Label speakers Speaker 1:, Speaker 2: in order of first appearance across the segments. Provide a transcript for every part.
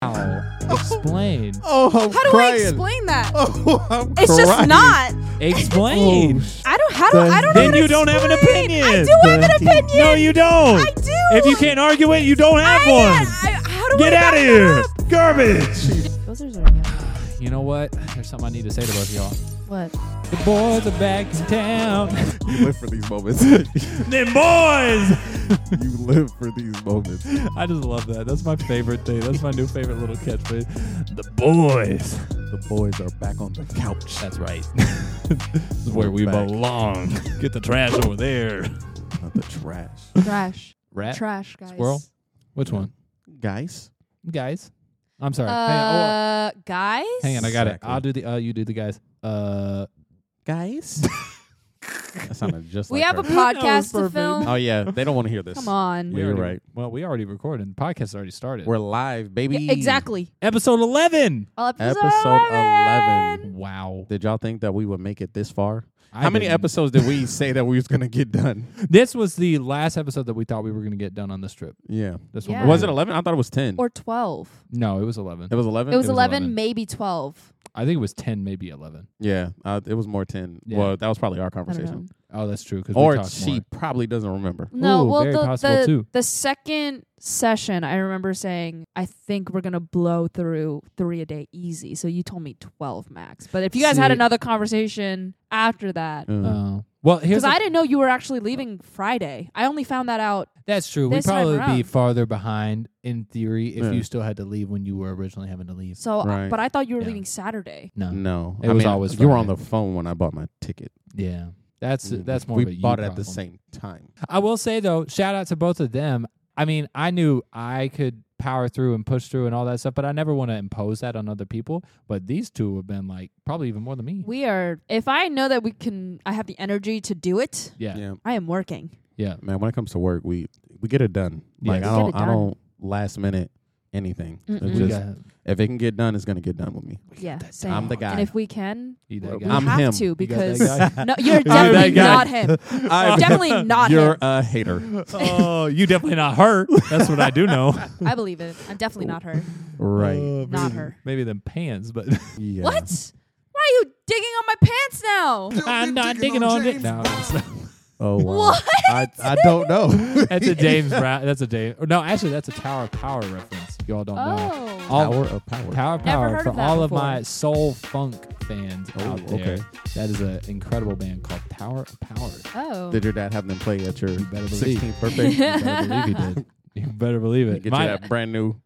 Speaker 1: Explain.
Speaker 2: Oh, I'm
Speaker 3: How do
Speaker 2: crying.
Speaker 3: I explain that?
Speaker 2: Oh, I'm
Speaker 3: it's just
Speaker 2: crying. Oh,
Speaker 3: not.
Speaker 1: Explain.
Speaker 3: I don't. How do I don't know?
Speaker 1: then
Speaker 3: how to
Speaker 1: you don't have an
Speaker 3: Oh, explain.
Speaker 1: opinion.
Speaker 3: I do have an opinion.
Speaker 1: No, you don't.
Speaker 3: I do.
Speaker 1: If you can't argue it, you don't have
Speaker 3: I,
Speaker 1: one.
Speaker 3: I- how do
Speaker 1: Get
Speaker 3: I back
Speaker 1: out of here.
Speaker 3: that up?
Speaker 1: Garbage.
Speaker 4: Those are zoning out.
Speaker 1: You know what? There's something I need to say to both of y'all.
Speaker 4: What?
Speaker 1: The boys are back in town.
Speaker 2: You live for these moments. you
Speaker 1: Them boys.
Speaker 2: live for these moments.
Speaker 1: I just love that. That's my favorite thing. That's my new favorite little catchphrase. The boys.
Speaker 2: The boys are back on the couch.
Speaker 1: That's right. this is where we
Speaker 2: We're back.
Speaker 1: belong. Get the trash over there.
Speaker 2: Not the trash.
Speaker 4: Trash.
Speaker 1: Rat.
Speaker 4: Trash, guys.
Speaker 1: Squirrel? Which one?
Speaker 2: Guys,
Speaker 1: Guys. I'm sorry. Hang on. Oh,
Speaker 4: Uh, guys.
Speaker 1: Hang on, I got
Speaker 2: Exactly.
Speaker 1: it. I'll do the. Uh, you do the guys. Uh,
Speaker 2: guys. that sounded just.
Speaker 4: We
Speaker 2: like
Speaker 4: have a
Speaker 2: her.
Speaker 4: podcast to
Speaker 1: perfect.
Speaker 4: film.
Speaker 2: Oh yeah, they don't want to hear this.
Speaker 4: Come on.
Speaker 1: we
Speaker 2: Yeah, you're
Speaker 1: already-
Speaker 2: right.
Speaker 1: Well, we already recorded. The podcast already started.
Speaker 2: We're live, baby.
Speaker 4: Yeah, exactly.
Speaker 1: episode eleven.
Speaker 4: All episode,
Speaker 2: Episode 11.
Speaker 1: Wow.
Speaker 2: Did y'all think that we would make it this far?
Speaker 1: I
Speaker 2: How many
Speaker 1: didn't.
Speaker 2: episodes did we say that we was gonna get done?
Speaker 1: This was the last episode that we thought we were going to get done on this trip.
Speaker 2: Yeah.
Speaker 1: This
Speaker 4: Yeah.
Speaker 1: one
Speaker 2: Was it eleven? I thought it was ten.
Speaker 4: Or 12.
Speaker 1: No, it was eleven.
Speaker 2: it was eleven.
Speaker 4: It was,
Speaker 1: was
Speaker 4: 11,
Speaker 1: 11.
Speaker 4: maybe 12.
Speaker 1: I think it was ten, maybe eleven.
Speaker 2: yeah, uh, it was more ten.
Speaker 1: Yeah.
Speaker 2: Well, that was probably our
Speaker 4: I don't know.
Speaker 2: conversation.
Speaker 1: Oh, that's true. Because we
Speaker 2: Or
Speaker 1: talked
Speaker 2: she
Speaker 1: more.
Speaker 2: probably doesn't remember.
Speaker 4: No,
Speaker 1: Ooh,
Speaker 4: well,
Speaker 1: very
Speaker 4: the,
Speaker 1: possible,
Speaker 4: the,
Speaker 1: too.
Speaker 4: the second session, I remember saying, I think we're going to blow through three a day easy. So you told me 12 max. But if you guys had
Speaker 1: See-
Speaker 4: another conversation after that,
Speaker 2: Uh,
Speaker 1: Uh, well, here's
Speaker 4: because
Speaker 1: the-
Speaker 4: I didn't know you were actually leaving Friday. I only found that out.
Speaker 1: that's true. We'd
Speaker 4: this time
Speaker 1: probably be
Speaker 4: around.
Speaker 1: farther behind in theory if
Speaker 2: Yeah.
Speaker 1: you still had to leave when you were originally having to leave.
Speaker 4: So, uh,
Speaker 2: Right.
Speaker 4: but I thought you were
Speaker 1: Yeah.
Speaker 4: leaving Saturday.
Speaker 1: No.
Speaker 2: no,
Speaker 1: Um, It
Speaker 2: I
Speaker 1: was
Speaker 2: mean,
Speaker 1: always
Speaker 2: you were on
Speaker 1: Friday.
Speaker 2: the phone when I bought my ticket.
Speaker 1: Yeah. That's
Speaker 2: Mm,
Speaker 1: that's more
Speaker 2: We
Speaker 1: of a you
Speaker 2: bought it at the
Speaker 1: problem.
Speaker 2: same time.
Speaker 1: I will say though, shout out to both of them. I mean, I knew I could power through and push through and all that stuff, but I never want to impose that on other people. But these two have been like probably even more than me.
Speaker 4: We are, if I know that we can, I have the energy to do it,
Speaker 1: yeah. yeah.
Speaker 4: I am working.
Speaker 2: man. When it comes to work, we we get it done.
Speaker 1: Yeah.
Speaker 2: Like
Speaker 1: We
Speaker 2: I
Speaker 4: get
Speaker 2: don't,
Speaker 4: it
Speaker 2: I
Speaker 4: done.
Speaker 2: don't last minute anything. It
Speaker 4: Mm-mm. We
Speaker 1: We
Speaker 2: just-
Speaker 1: got
Speaker 2: if it can get done, it's gonna get done with me.
Speaker 4: Yeah,
Speaker 1: that
Speaker 4: same.
Speaker 2: I'm the guy.
Speaker 4: And if we can,
Speaker 1: you that
Speaker 2: I'm-
Speaker 1: guy.
Speaker 4: we have
Speaker 2: him. You
Speaker 4: to
Speaker 1: You got that
Speaker 4: because
Speaker 1: guy?
Speaker 4: no, you're
Speaker 2: that
Speaker 4: definitely
Speaker 2: guy.
Speaker 4: not him.
Speaker 2: I'm-
Speaker 4: definitely not
Speaker 2: You're
Speaker 4: him.
Speaker 2: a hater,
Speaker 1: oh, you definitely not her. That's what I do know.
Speaker 4: I believe it. I'm definitely not her.
Speaker 2: right?
Speaker 1: Uh,
Speaker 4: Not
Speaker 1: maybe-
Speaker 4: her.
Speaker 1: Maybe them pants, but
Speaker 2: Yeah.
Speaker 4: What? Why are you digging on my pants now?
Speaker 1: I'm not digging on it. No, it's not.
Speaker 2: Oh, wow.
Speaker 4: What?
Speaker 2: I, I don't know.
Speaker 1: that's a James Brown. That's a Dave. No, actually, that's a Tower of Power reference. Y'all don't know.
Speaker 4: Oh.
Speaker 1: All-
Speaker 2: Power of power.
Speaker 1: Power
Speaker 4: Never
Speaker 1: Power
Speaker 4: heard
Speaker 1: for
Speaker 4: of that
Speaker 1: all of
Speaker 4: before.
Speaker 1: my soul funk fans
Speaker 2: Oh,
Speaker 1: out there.
Speaker 2: okay.
Speaker 1: That is an incredible band called Tower of Power.
Speaker 4: Oh.
Speaker 2: Did your dad have them play at your
Speaker 1: better believe.
Speaker 2: 16th birthday?
Speaker 1: You better believe he did. You better believe it.
Speaker 2: Get
Speaker 1: My-
Speaker 2: you that brand new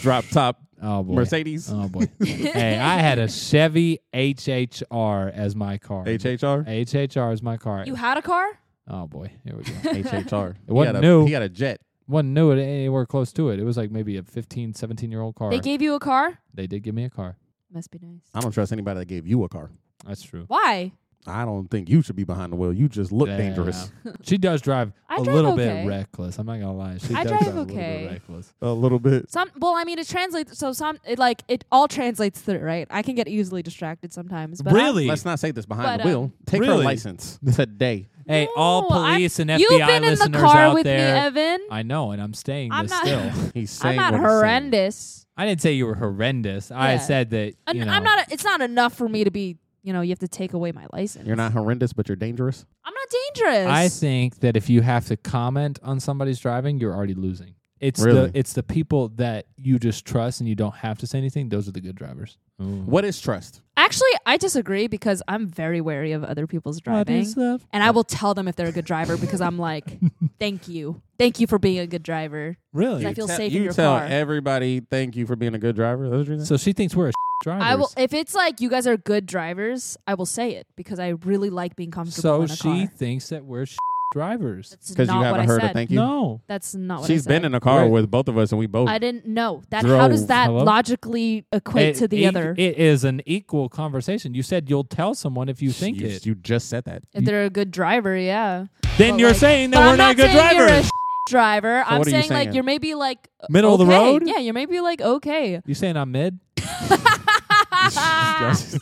Speaker 2: drop top
Speaker 1: oh boy.
Speaker 2: Mercedes
Speaker 1: Oh boy. hey, I had a Chevy HHR as my car.
Speaker 2: HHR.
Speaker 1: HHR is my car.
Speaker 4: you had a car?
Speaker 1: oh boy. Here we go.
Speaker 2: HHR. He
Speaker 1: wasn't
Speaker 2: had a-
Speaker 1: new.
Speaker 2: He had a jet.
Speaker 1: One knew it anywhere close to it. It was like maybe a 15, 17 year old car.
Speaker 4: They gave you a car?
Speaker 1: They did give me a car.
Speaker 4: Must be nice.
Speaker 2: I don't trust anybody that gave you a car.
Speaker 1: That's true.
Speaker 4: Why?
Speaker 2: I don't think you should be behind the wheel. You just look
Speaker 1: Yeah.
Speaker 2: dangerous.
Speaker 1: She does drive
Speaker 4: I
Speaker 1: a
Speaker 4: drive
Speaker 1: little
Speaker 4: okay.
Speaker 1: bit reckless. I'm not gonna lie. She
Speaker 4: I
Speaker 1: does
Speaker 4: drive
Speaker 1: a little bit
Speaker 4: okay.
Speaker 1: reckless.
Speaker 2: A little bit.
Speaker 4: Some well, I mean, it translates. So some, it like it all translates through, right? I can get easily distracted sometimes. But I'm-
Speaker 1: really?
Speaker 2: Let's not say this behind
Speaker 4: But,
Speaker 2: the
Speaker 4: um,
Speaker 2: wheel. Take her
Speaker 1: really?
Speaker 2: license today.
Speaker 1: hey, all
Speaker 4: No, I'm-
Speaker 1: police and FBI
Speaker 4: you've been in
Speaker 1: listeners
Speaker 4: the car
Speaker 1: out
Speaker 4: with
Speaker 1: there.
Speaker 4: me, Evan.
Speaker 1: I know, and I'm staying
Speaker 4: I'm
Speaker 1: this
Speaker 4: not-
Speaker 1: still.
Speaker 2: He's
Speaker 4: I'm
Speaker 2: saying
Speaker 4: not
Speaker 2: what he's saying.
Speaker 4: horrendous.
Speaker 1: I didn't say you were horrendous. I
Speaker 4: Yeah.
Speaker 1: said that.
Speaker 4: And
Speaker 1: you know,
Speaker 4: I'm not. It's not enough for me to be. You know, you have to take away my license.
Speaker 2: You're not horrendous, but you're dangerous.
Speaker 4: I'm not dangerous.
Speaker 1: I think that if you have to comment on somebody's driving, you're already losing. It's
Speaker 2: Really?
Speaker 1: the it's the people that you just trust and you don't have to say anything. Those are the good drivers.
Speaker 2: What is trust?
Speaker 4: Actually, I disagree because I'm very wary of other people's driving. and I will tell them if they're a good driver because I'm like, thank you. Thank you for being a good driver.
Speaker 1: Really?
Speaker 4: I feel
Speaker 2: Tell-
Speaker 4: safe
Speaker 2: you
Speaker 4: in your
Speaker 2: tell
Speaker 4: car.
Speaker 2: everybody thank you for being a good driver. That's what you're saying?
Speaker 1: So she thinks we're a drivers.
Speaker 4: I will if it's like you guys are good drivers, I will say it because I really like being comfortable
Speaker 1: So
Speaker 4: in a
Speaker 1: she
Speaker 4: car.
Speaker 1: thinks that we're drivers.
Speaker 4: That's
Speaker 2: because
Speaker 4: not
Speaker 2: you
Speaker 4: what
Speaker 2: haven't
Speaker 4: I
Speaker 2: heard
Speaker 4: said.
Speaker 2: a thank you.
Speaker 1: No.
Speaker 4: That's not what I
Speaker 2: She's
Speaker 4: said.
Speaker 2: been in a car
Speaker 1: Right.
Speaker 2: with both of us, and we both.
Speaker 4: I didn't know that. How does
Speaker 2: Drove.
Speaker 4: that
Speaker 1: Hello?
Speaker 4: logically equate
Speaker 1: It-
Speaker 4: to the
Speaker 1: it-
Speaker 4: other?
Speaker 1: It is an equal conversation. You said you'll tell someone if you think
Speaker 2: you,
Speaker 1: it.
Speaker 2: You just said that.
Speaker 4: if they're a good driver, yeah.
Speaker 1: then
Speaker 4: But
Speaker 1: you're
Speaker 4: like-
Speaker 1: saying that
Speaker 4: But
Speaker 1: we're
Speaker 4: I'm
Speaker 1: not, good
Speaker 4: saying
Speaker 1: drivers.
Speaker 4: You're a driver. I'm
Speaker 2: what are you
Speaker 4: saying,
Speaker 2: saying?
Speaker 4: like you're maybe like
Speaker 1: Middle of the
Speaker 4: okay.
Speaker 1: road?
Speaker 4: Yeah, you're maybe like okay.
Speaker 1: You saying I'm mid?
Speaker 2: Ah.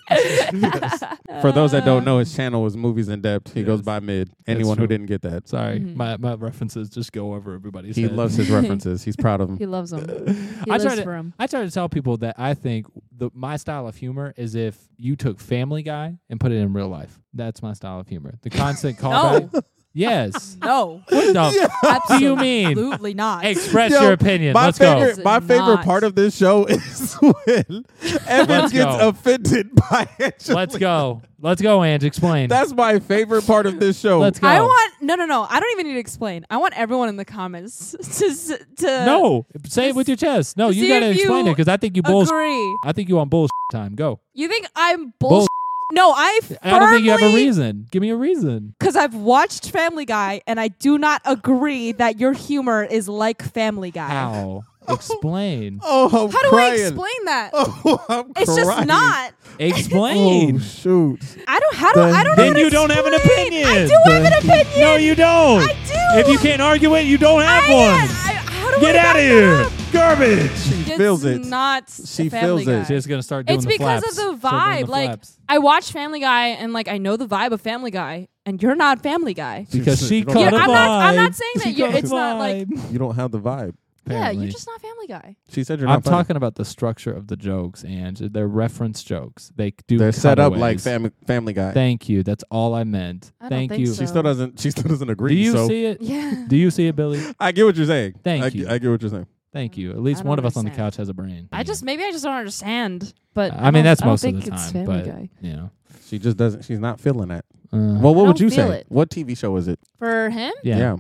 Speaker 2: For those that don't know, his channel was Movies in Depth. He goes
Speaker 1: Yes.
Speaker 2: by mid. Anyone who
Speaker 1: true.
Speaker 2: didn't get that,
Speaker 1: Sorry,
Speaker 4: Mhm.
Speaker 1: my, my references just go over everybody's
Speaker 2: he
Speaker 1: head.
Speaker 2: loves his references. He's proud of them.
Speaker 4: he loves them. He
Speaker 1: I
Speaker 4: lives
Speaker 1: try to
Speaker 4: for him.
Speaker 1: I try to tell people that I think the my style of humor is if you took Family Guy and put it in real life. That's my style of humor. The constant callback. Yes.
Speaker 4: No,
Speaker 1: What the
Speaker 4: absolutely
Speaker 1: do you mean?
Speaker 4: not.
Speaker 1: Express
Speaker 2: Yo,
Speaker 1: your opinion.
Speaker 2: My
Speaker 1: Let's
Speaker 2: favorite,
Speaker 1: go.
Speaker 2: my
Speaker 4: Not.
Speaker 2: favorite part of this show is when Evans
Speaker 1: Let's
Speaker 2: gets
Speaker 1: go.
Speaker 2: offended by Angela.
Speaker 1: Let's go. Let's go, Ange. Explain.
Speaker 2: That's my favorite part of this show.
Speaker 1: Let's go.
Speaker 4: I want no, no, no. I don't even need to explain. I want everyone in the comments to s- to
Speaker 1: no, say it with your chest. No, you
Speaker 4: see
Speaker 1: gotta
Speaker 4: if
Speaker 1: explain
Speaker 4: you
Speaker 1: it because I think you bullsh.
Speaker 4: agree.
Speaker 1: I think you on bullsh time. Go.
Speaker 4: You think I'm
Speaker 1: Bull-
Speaker 4: bullshit? No, I firmly
Speaker 1: I don't think you have a reason. Give me a reason.
Speaker 4: because I've watched Family Guy and I do not agree that your humor is like Family Guy.
Speaker 1: How? Explain.
Speaker 2: Oh, I'm
Speaker 4: How do
Speaker 2: crying.
Speaker 4: I explain that?
Speaker 2: Oh, I'm
Speaker 4: it's just
Speaker 2: crying.
Speaker 4: not.
Speaker 1: Explain.
Speaker 2: Oh shoot!
Speaker 4: I don't. How do I don't? know
Speaker 1: then
Speaker 4: how to
Speaker 1: you don't have an
Speaker 4: explain.
Speaker 1: opinion.
Speaker 4: I do have an opinion.
Speaker 1: No, you don't.
Speaker 4: I do.
Speaker 1: If you can't argue it, you don't
Speaker 4: I,
Speaker 1: have
Speaker 4: I,
Speaker 1: one.
Speaker 4: how do
Speaker 1: Get
Speaker 4: I
Speaker 1: out of
Speaker 4: back
Speaker 1: here.
Speaker 4: that up?
Speaker 1: Garbage.
Speaker 2: She
Speaker 4: It's
Speaker 2: feels it.
Speaker 4: Not
Speaker 2: She
Speaker 4: Family
Speaker 2: feels it.
Speaker 4: Guy.
Speaker 1: She's gonna start doing
Speaker 4: It's
Speaker 1: the
Speaker 4: because
Speaker 1: flaps.
Speaker 4: of the
Speaker 1: Start doing
Speaker 4: vibe.
Speaker 1: the
Speaker 4: like
Speaker 1: flaps.
Speaker 4: I watch Family Guy and like I know the vibe of Family Guy, and you're not Family Guy.
Speaker 1: because she
Speaker 2: You don't
Speaker 1: caught
Speaker 4: Yeah,
Speaker 1: a vibe.
Speaker 2: have
Speaker 4: I'm not- I'm not saying
Speaker 1: She
Speaker 4: that you're-
Speaker 1: caught a
Speaker 4: it's not like-
Speaker 1: vibe.
Speaker 2: You don't have the vibe.
Speaker 4: Yeah,
Speaker 1: Apparently.
Speaker 4: you're just not Family Guy.
Speaker 2: She said you're not.
Speaker 1: I'm
Speaker 2: funny.
Speaker 1: talking about the structure of the jokes, and they're reference jokes. They do.
Speaker 2: They're set up
Speaker 1: cutaways.
Speaker 2: like Family Family Guy.
Speaker 1: Thank you. That's all I meant.
Speaker 4: I don't
Speaker 1: Thank
Speaker 4: think
Speaker 1: you.
Speaker 4: so.
Speaker 2: she still doesn't. She still doesn't agree.
Speaker 1: Do you
Speaker 2: so
Speaker 1: see it?
Speaker 4: Yeah.
Speaker 1: Do you see it, Billy?
Speaker 2: I get what you're saying.
Speaker 1: Thank
Speaker 2: I,
Speaker 1: you.
Speaker 2: I get what you're saying.
Speaker 1: Thank you. At least
Speaker 4: don't
Speaker 1: one of us on the
Speaker 4: understand.
Speaker 1: couch has a brain.
Speaker 4: I just maybe I just don't understand. But
Speaker 1: I mean,
Speaker 4: don't-
Speaker 1: that's
Speaker 4: I don't
Speaker 1: most of
Speaker 4: think
Speaker 1: the
Speaker 4: it's
Speaker 1: time,
Speaker 4: Family
Speaker 1: but
Speaker 4: Guy.
Speaker 1: you know.
Speaker 2: She just doesn't. She's not feeling that.
Speaker 1: Uh,
Speaker 2: Well, what would
Speaker 4: I don't
Speaker 2: you
Speaker 4: feel
Speaker 2: say?
Speaker 4: it.
Speaker 2: What TV show is it?
Speaker 4: For him,
Speaker 1: yeah.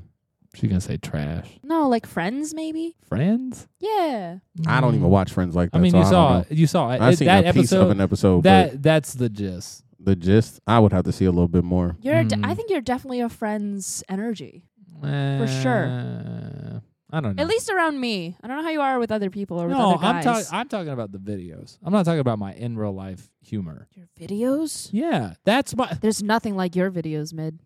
Speaker 1: She's gonna say trash.
Speaker 4: no, like Friends, maybe.
Speaker 1: Friends?
Speaker 2: I
Speaker 4: Yeah.
Speaker 1: Mm.
Speaker 2: don't
Speaker 4: Mm-hmm.
Speaker 2: even watch Friends like that.
Speaker 1: I mean,
Speaker 2: so
Speaker 1: you
Speaker 2: don't
Speaker 1: saw
Speaker 2: know.
Speaker 1: it. You saw it.
Speaker 2: I
Speaker 1: It-
Speaker 2: seen
Speaker 1: that
Speaker 2: a piece
Speaker 1: episode.
Speaker 2: of an episode. but
Speaker 1: that that's the gist.
Speaker 2: the gist, I would have to see a little bit more.
Speaker 4: You're. a de-
Speaker 1: Mm.
Speaker 4: I think you're definitely a Friends energy.
Speaker 1: For
Speaker 4: sure.
Speaker 1: Uh, I don't know.
Speaker 4: At least around me. I don't know how you are with other people or with
Speaker 1: Hmm. no,
Speaker 4: other
Speaker 1: I'm
Speaker 4: guys.
Speaker 1: talking. I'm talking about the videos. I'm not talking about my in real life humor.
Speaker 4: your videos.
Speaker 1: Yeah, that's my.
Speaker 4: There's nothing like your videos, mid.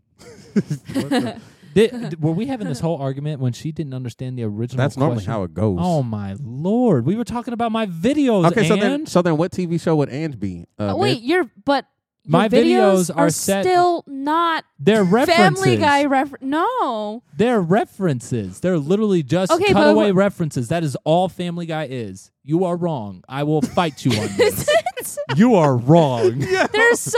Speaker 1: Th- th- were we having this whole argument when she didn't understand the original?
Speaker 2: That's normally
Speaker 1: question?
Speaker 2: how it goes.
Speaker 1: Oh my lord! We were talking about my videos.
Speaker 2: okay, so then,
Speaker 1: Ange.
Speaker 2: so then, what TV show would Ange be? Uh,
Speaker 4: Oh, Wait, you're but your
Speaker 1: My videos are
Speaker 4: are
Speaker 1: set-
Speaker 4: still not
Speaker 1: they're references.
Speaker 4: Family Guy refer. No,
Speaker 1: They're references. They're literally just
Speaker 4: Okay, but
Speaker 1: cutaway
Speaker 4: wh-
Speaker 1: references. That is all Family Guy is. You are wrong. I will fight you on this.
Speaker 4: there's
Speaker 1: you are wrong.
Speaker 4: so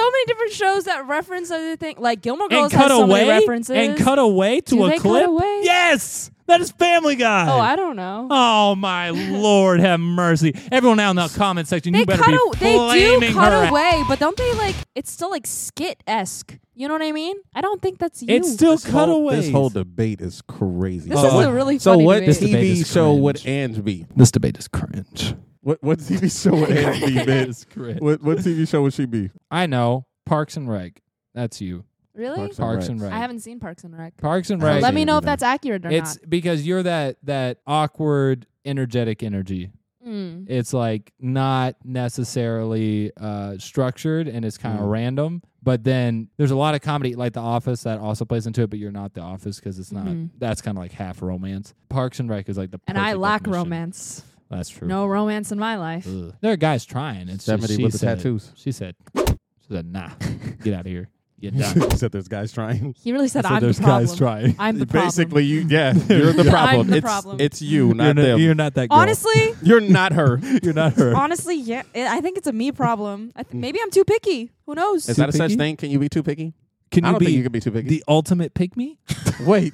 Speaker 4: many different shows that reference other things. Like Gilmore
Speaker 1: and
Speaker 4: Girls has
Speaker 1: cut
Speaker 4: so
Speaker 1: away
Speaker 4: many references.
Speaker 1: and cut away to
Speaker 4: Do
Speaker 1: a
Speaker 4: they cut
Speaker 1: clip.
Speaker 4: away?
Speaker 1: Yes, that is Family Guy.
Speaker 4: oh, I don't know.
Speaker 1: Oh, my lord, have mercy! Everyone out in the comment section,
Speaker 4: they
Speaker 1: you better
Speaker 4: cut.
Speaker 1: be
Speaker 4: A- they
Speaker 1: flaming
Speaker 4: do
Speaker 1: her
Speaker 4: cut
Speaker 1: at-
Speaker 4: away, but don't they like? It's still like skit esque. You know what I mean? I don't think that's you.
Speaker 1: It's still cutaways.
Speaker 2: This whole debate is crazy.
Speaker 4: This
Speaker 1: Oh,
Speaker 4: is
Speaker 1: what-
Speaker 4: a really
Speaker 2: so
Speaker 4: funny
Speaker 2: what
Speaker 4: debate.
Speaker 1: This debate
Speaker 2: TV
Speaker 1: is
Speaker 2: show
Speaker 1: cringe.
Speaker 2: would Ange be?
Speaker 1: this debate is cringe.
Speaker 2: What what TV show would Ange be? man?
Speaker 1: It's cringe.
Speaker 2: What what TV show would she be?
Speaker 1: I know Parks and Rec. That's you,
Speaker 4: really?
Speaker 2: Parks and
Speaker 1: Parks
Speaker 2: Rec.
Speaker 1: and Rec.
Speaker 4: I haven't seen Parks and Rec.
Speaker 1: Parks and
Speaker 2: I
Speaker 1: Rec.
Speaker 2: haven't
Speaker 4: Let me
Speaker 2: seen
Speaker 4: know if
Speaker 2: either.
Speaker 4: that's accurate or
Speaker 1: It's because you're that that awkward, energetic energy.
Speaker 4: not. Mm.
Speaker 1: It's like not necessarily uh, structured and it's
Speaker 4: Mm-hmm.
Speaker 1: kind of
Speaker 2: Mm.
Speaker 1: random. But then there's a lot of comedy like The Office that also plays into it, but you're not The Office because it's not.
Speaker 4: Mhm.
Speaker 1: That's kind of like half romance. Parks and Rec is like the
Speaker 4: And I
Speaker 1: perfect
Speaker 4: lack
Speaker 1: definition.
Speaker 4: romance.
Speaker 1: That's true.
Speaker 4: No romance in my life.
Speaker 1: Ugh. there are guys trying. It's just
Speaker 2: Seventy
Speaker 1: she
Speaker 2: with the
Speaker 1: said-
Speaker 2: tattoos.
Speaker 1: She said, she said, nah, get out of here. You're done.
Speaker 2: Except there's guys trying.
Speaker 4: He really said,
Speaker 1: I said,
Speaker 4: I'm the
Speaker 1: there's
Speaker 4: problem.
Speaker 1: guys trying.
Speaker 4: I'm the problem.
Speaker 2: Basically, you yeah, you're the
Speaker 1: Yeah.
Speaker 2: problem.
Speaker 4: I'm the
Speaker 2: it's
Speaker 4: problem.
Speaker 2: it's you, not
Speaker 1: you're,
Speaker 2: them.
Speaker 1: Not, you're not that girl.
Speaker 4: Honestly,
Speaker 2: You're not her.
Speaker 1: you're not her.
Speaker 4: honestly, yeah. It, I think it's a me problem. I th-
Speaker 2: Mm.
Speaker 4: maybe I'm too picky. Who knows?
Speaker 2: Is that a such
Speaker 1: picky?
Speaker 2: thing? Can you be too picky?
Speaker 1: Can
Speaker 2: I
Speaker 1: you
Speaker 2: don't think you
Speaker 1: be
Speaker 2: can be too picky.
Speaker 1: the ultimate pygmy?
Speaker 2: Wait.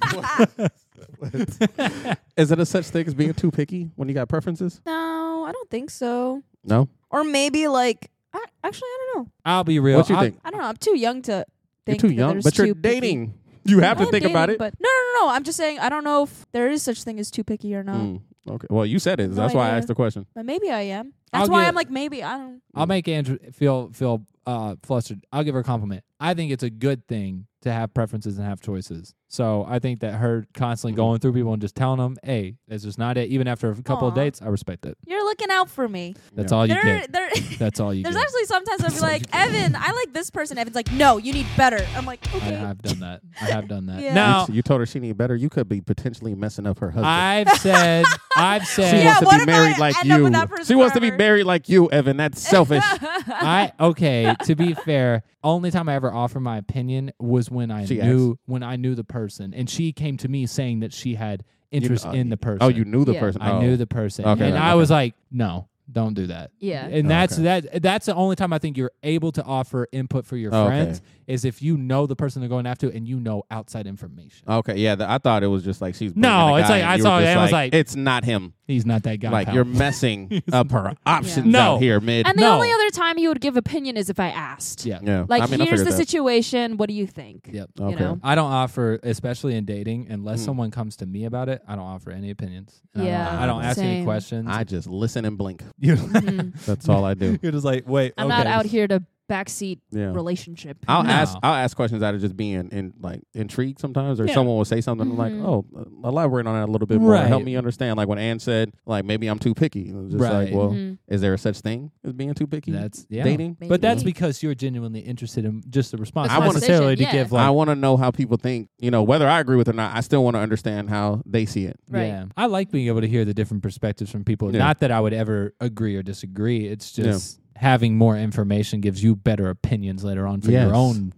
Speaker 2: Is it a such thing as being too picky when you got preferences?
Speaker 4: no, I don't think so.
Speaker 2: No.
Speaker 4: Or maybe like, I, actually, I don't know.
Speaker 1: I'll be real.
Speaker 2: What you
Speaker 1: I-
Speaker 2: think?
Speaker 4: I don't know. I'm too young to.
Speaker 2: You're
Speaker 4: Think
Speaker 2: too
Speaker 4: that
Speaker 2: young,
Speaker 4: there's
Speaker 2: but
Speaker 4: too
Speaker 2: you're
Speaker 4: picky.
Speaker 2: dating. You have
Speaker 4: I
Speaker 2: to
Speaker 4: am
Speaker 2: think
Speaker 4: dating,
Speaker 2: about it.
Speaker 4: But no, no, no, no. I'm just saying I don't know if there is such thing as too picky or not.
Speaker 2: Mm, okay. Well, you said it.
Speaker 4: No
Speaker 2: That's why I
Speaker 4: idea.
Speaker 2: asked the question.
Speaker 4: But maybe I am.
Speaker 1: I'll
Speaker 2: Oh,
Speaker 4: That's why
Speaker 1: get-
Speaker 4: I'm like maybe I don't.
Speaker 1: I'll make Andrew feel feel uh, flustered. I'll give her a compliment. I think it's a good thing to have preferences and have choices. So I think that her
Speaker 2: Mm-hmm.
Speaker 1: constantly going through people and just telling them, "Hey, that's just not it." Even after a couple of
Speaker 4: Aw.
Speaker 1: dates, I respect it.
Speaker 4: You're looking out for me.
Speaker 1: That's
Speaker 2: Yeah.
Speaker 1: all you
Speaker 4: There,
Speaker 1: get.
Speaker 4: there.
Speaker 1: That's all you
Speaker 4: There's
Speaker 1: get.
Speaker 4: actually sometimes I'll be
Speaker 1: That's all
Speaker 4: like,
Speaker 1: you get.
Speaker 4: Evan, I like this person. Evan's like, no, you need better. I'm like,
Speaker 1: I
Speaker 4: okay.
Speaker 1: have done that. I have done that.
Speaker 4: Yeah.
Speaker 1: Now
Speaker 2: you, you told her she needed better. You could be potentially messing up her husband.
Speaker 1: I've said, I've said,
Speaker 2: She wants to
Speaker 4: what
Speaker 2: be
Speaker 4: if
Speaker 2: married
Speaker 4: I
Speaker 2: like
Speaker 4: end up
Speaker 2: you.
Speaker 4: with that person
Speaker 2: she wants to be
Speaker 4: forever?
Speaker 2: ain't married like you, Evan. That's selfish.
Speaker 1: I okay. To be fair, only time I ever offered my opinion was when I
Speaker 2: She
Speaker 1: knew when I knew the person, and she came to me saying that she had interest
Speaker 2: uh,
Speaker 1: in the person.
Speaker 2: oh, you knew the
Speaker 4: Yeah.
Speaker 2: person.
Speaker 1: I
Speaker 2: Oh.
Speaker 1: knew the person,
Speaker 2: Okay,
Speaker 1: and
Speaker 2: okay.
Speaker 1: I was like, no, don't do that.
Speaker 4: Yeah.
Speaker 1: and
Speaker 2: Oh,
Speaker 1: that's
Speaker 2: okay.
Speaker 1: that. That's the only time I think you're able to offer input for your
Speaker 2: Oh, Okay.
Speaker 1: friends is if you know the person they're going after and you know outside information.
Speaker 2: Okay, yeah, th- I thought it was just like she's.
Speaker 1: No,
Speaker 2: bringing a
Speaker 1: it's
Speaker 2: guy
Speaker 1: like,
Speaker 2: and
Speaker 1: I
Speaker 2: you
Speaker 1: saw
Speaker 2: were
Speaker 1: it
Speaker 2: just
Speaker 1: and I was like,
Speaker 2: it's not him.
Speaker 1: He's not that guy.
Speaker 2: Like
Speaker 1: pal.
Speaker 2: you're messing up her options
Speaker 1: No.
Speaker 2: out here, mid.
Speaker 4: And the
Speaker 1: No.
Speaker 4: only other time he would give opinion is if I asked.
Speaker 1: yeah.
Speaker 2: yeah,
Speaker 4: Like,
Speaker 2: I mean, I
Speaker 4: here's
Speaker 2: figured
Speaker 4: the
Speaker 2: that.
Speaker 4: situation. What do you think?
Speaker 1: Yep.
Speaker 4: You
Speaker 2: Okay.
Speaker 4: know?
Speaker 1: I don't offer, especially in dating, unless
Speaker 2: Mm.
Speaker 1: someone comes to me about it. I don't offer any opinions. And I don't-
Speaker 4: Yeah,
Speaker 1: I don't, ask any
Speaker 4: same.
Speaker 1: questions.
Speaker 2: I just listen and blink.
Speaker 1: you,
Speaker 4: Mhm.
Speaker 2: That's all I do.
Speaker 1: are just like, wait.
Speaker 4: I'm
Speaker 1: okay.
Speaker 4: not out here to backseat
Speaker 2: Yeah.
Speaker 4: relationship.
Speaker 2: I'll
Speaker 1: No.
Speaker 2: ask. I'll ask questions out of just being in like intrigued sometimes, or
Speaker 1: Yeah.
Speaker 2: someone will say something I'm like,
Speaker 4: Mhm.
Speaker 2: "Oh, uh, elaborate on that a little bit more.
Speaker 1: Right.
Speaker 2: Help me understand." Like when Ann said, "Like maybe I'm too picky." And it's just
Speaker 1: Right.
Speaker 2: like, well,
Speaker 4: Mhm.
Speaker 2: is there a such thing as being too picky?
Speaker 1: That's yeah.
Speaker 2: dating.
Speaker 1: But that's
Speaker 4: Maybe.
Speaker 1: because you're genuinely interested in just the response.
Speaker 4: The
Speaker 1: not necessarily to
Speaker 4: conversation, yeah.
Speaker 1: give like.
Speaker 2: I want to know how people think. You know, whether I agree with it or not, I still want to understand how they see it.
Speaker 4: Right.
Speaker 1: Yeah. I like being able to hear the different perspectives from people.
Speaker 2: Yeah.
Speaker 1: Not that I would ever agree or disagree. It's
Speaker 2: Yeah.
Speaker 1: just having more information gives you better opinions later on for
Speaker 2: Yes.
Speaker 1: your own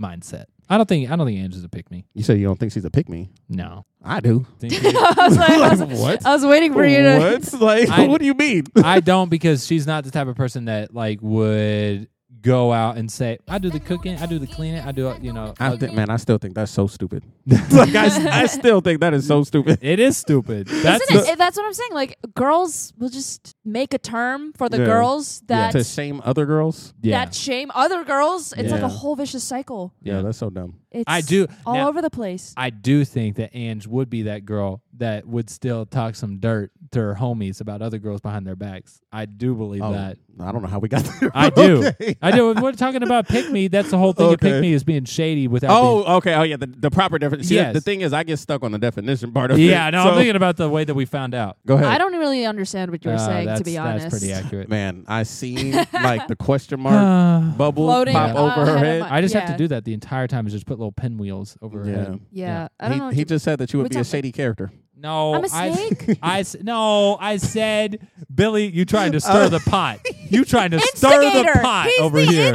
Speaker 1: mindset. I don't think I don't think Angela's a pick me.
Speaker 2: You say you don't think she's a pick me.
Speaker 1: No.
Speaker 2: I do.
Speaker 4: I was like, I was-
Speaker 2: what?
Speaker 4: I was waiting for you to.
Speaker 2: What? Like,
Speaker 1: I-
Speaker 2: what do you mean?
Speaker 1: I don't because she's not the type of person that like would go out and say, "I do the cooking, I do the cleaning, I do you know."
Speaker 2: I
Speaker 1: uh,
Speaker 2: think, man, I still think that's so stupid. like, I, s- I still think that is so stupid.
Speaker 1: it is stupid. That's
Speaker 4: Isn't it, that's what I'm saying. Like girls will just make a term for the
Speaker 2: Yeah.
Speaker 4: girls that
Speaker 2: To shame other girls?
Speaker 1: yeah.
Speaker 4: that shame other girls. It's like
Speaker 2: Yeah.
Speaker 4: a whole vicious cycle.
Speaker 2: Yeah,
Speaker 1: Yeah.
Speaker 2: that's so dumb.
Speaker 4: It's
Speaker 1: I do
Speaker 4: all
Speaker 1: now,
Speaker 4: over the place.
Speaker 1: I do think that Ange would be that girl that would still talk some dirt to her homies about other girls behind their backs. I do believe
Speaker 2: Oh,
Speaker 1: that.
Speaker 2: I don't know how we got there.
Speaker 1: I do.
Speaker 2: Okay.
Speaker 1: I do. When we're talking about pick me. That's the whole thing. of Pick
Speaker 2: Okay.
Speaker 1: me is being shady without.
Speaker 2: Oh, okay. Oh, yeah. The, the proper definition. See,
Speaker 1: Yes.
Speaker 2: The thing is, I get stuck on the definition part of
Speaker 1: being,
Speaker 2: it.
Speaker 1: yeah. No,
Speaker 2: So-
Speaker 1: I'm thinking about the way that we found out.
Speaker 2: Go ahead.
Speaker 4: I don't really understand what you were
Speaker 1: Uh,
Speaker 4: saying,
Speaker 1: that's-
Speaker 4: to be honest.
Speaker 1: that's pretty accurate.
Speaker 2: Man, I seen like the question mark
Speaker 1: Uh,
Speaker 2: bubble
Speaker 4: Floating
Speaker 2: pop
Speaker 1: uh,
Speaker 2: over her
Speaker 4: ahead of
Speaker 2: head.
Speaker 4: my-
Speaker 1: I just have
Speaker 4: yeah.
Speaker 1: to do that the entire time. Is just put little pinwheels over her head.
Speaker 4: Yeah, I don't
Speaker 2: he,
Speaker 4: know. what
Speaker 2: he
Speaker 4: you-
Speaker 2: just said that you
Speaker 4: we
Speaker 2: would be a
Speaker 4: talking-
Speaker 2: shady character.
Speaker 1: No,
Speaker 4: I'm a
Speaker 1: I-
Speaker 4: snake?
Speaker 1: I s- no, I said, Billy, you trying to
Speaker 2: Uh,
Speaker 1: stir the pot. You trying to stir
Speaker 4: instigator.
Speaker 1: the pot
Speaker 4: He's
Speaker 1: over
Speaker 4: the
Speaker 1: here.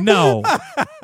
Speaker 1: no,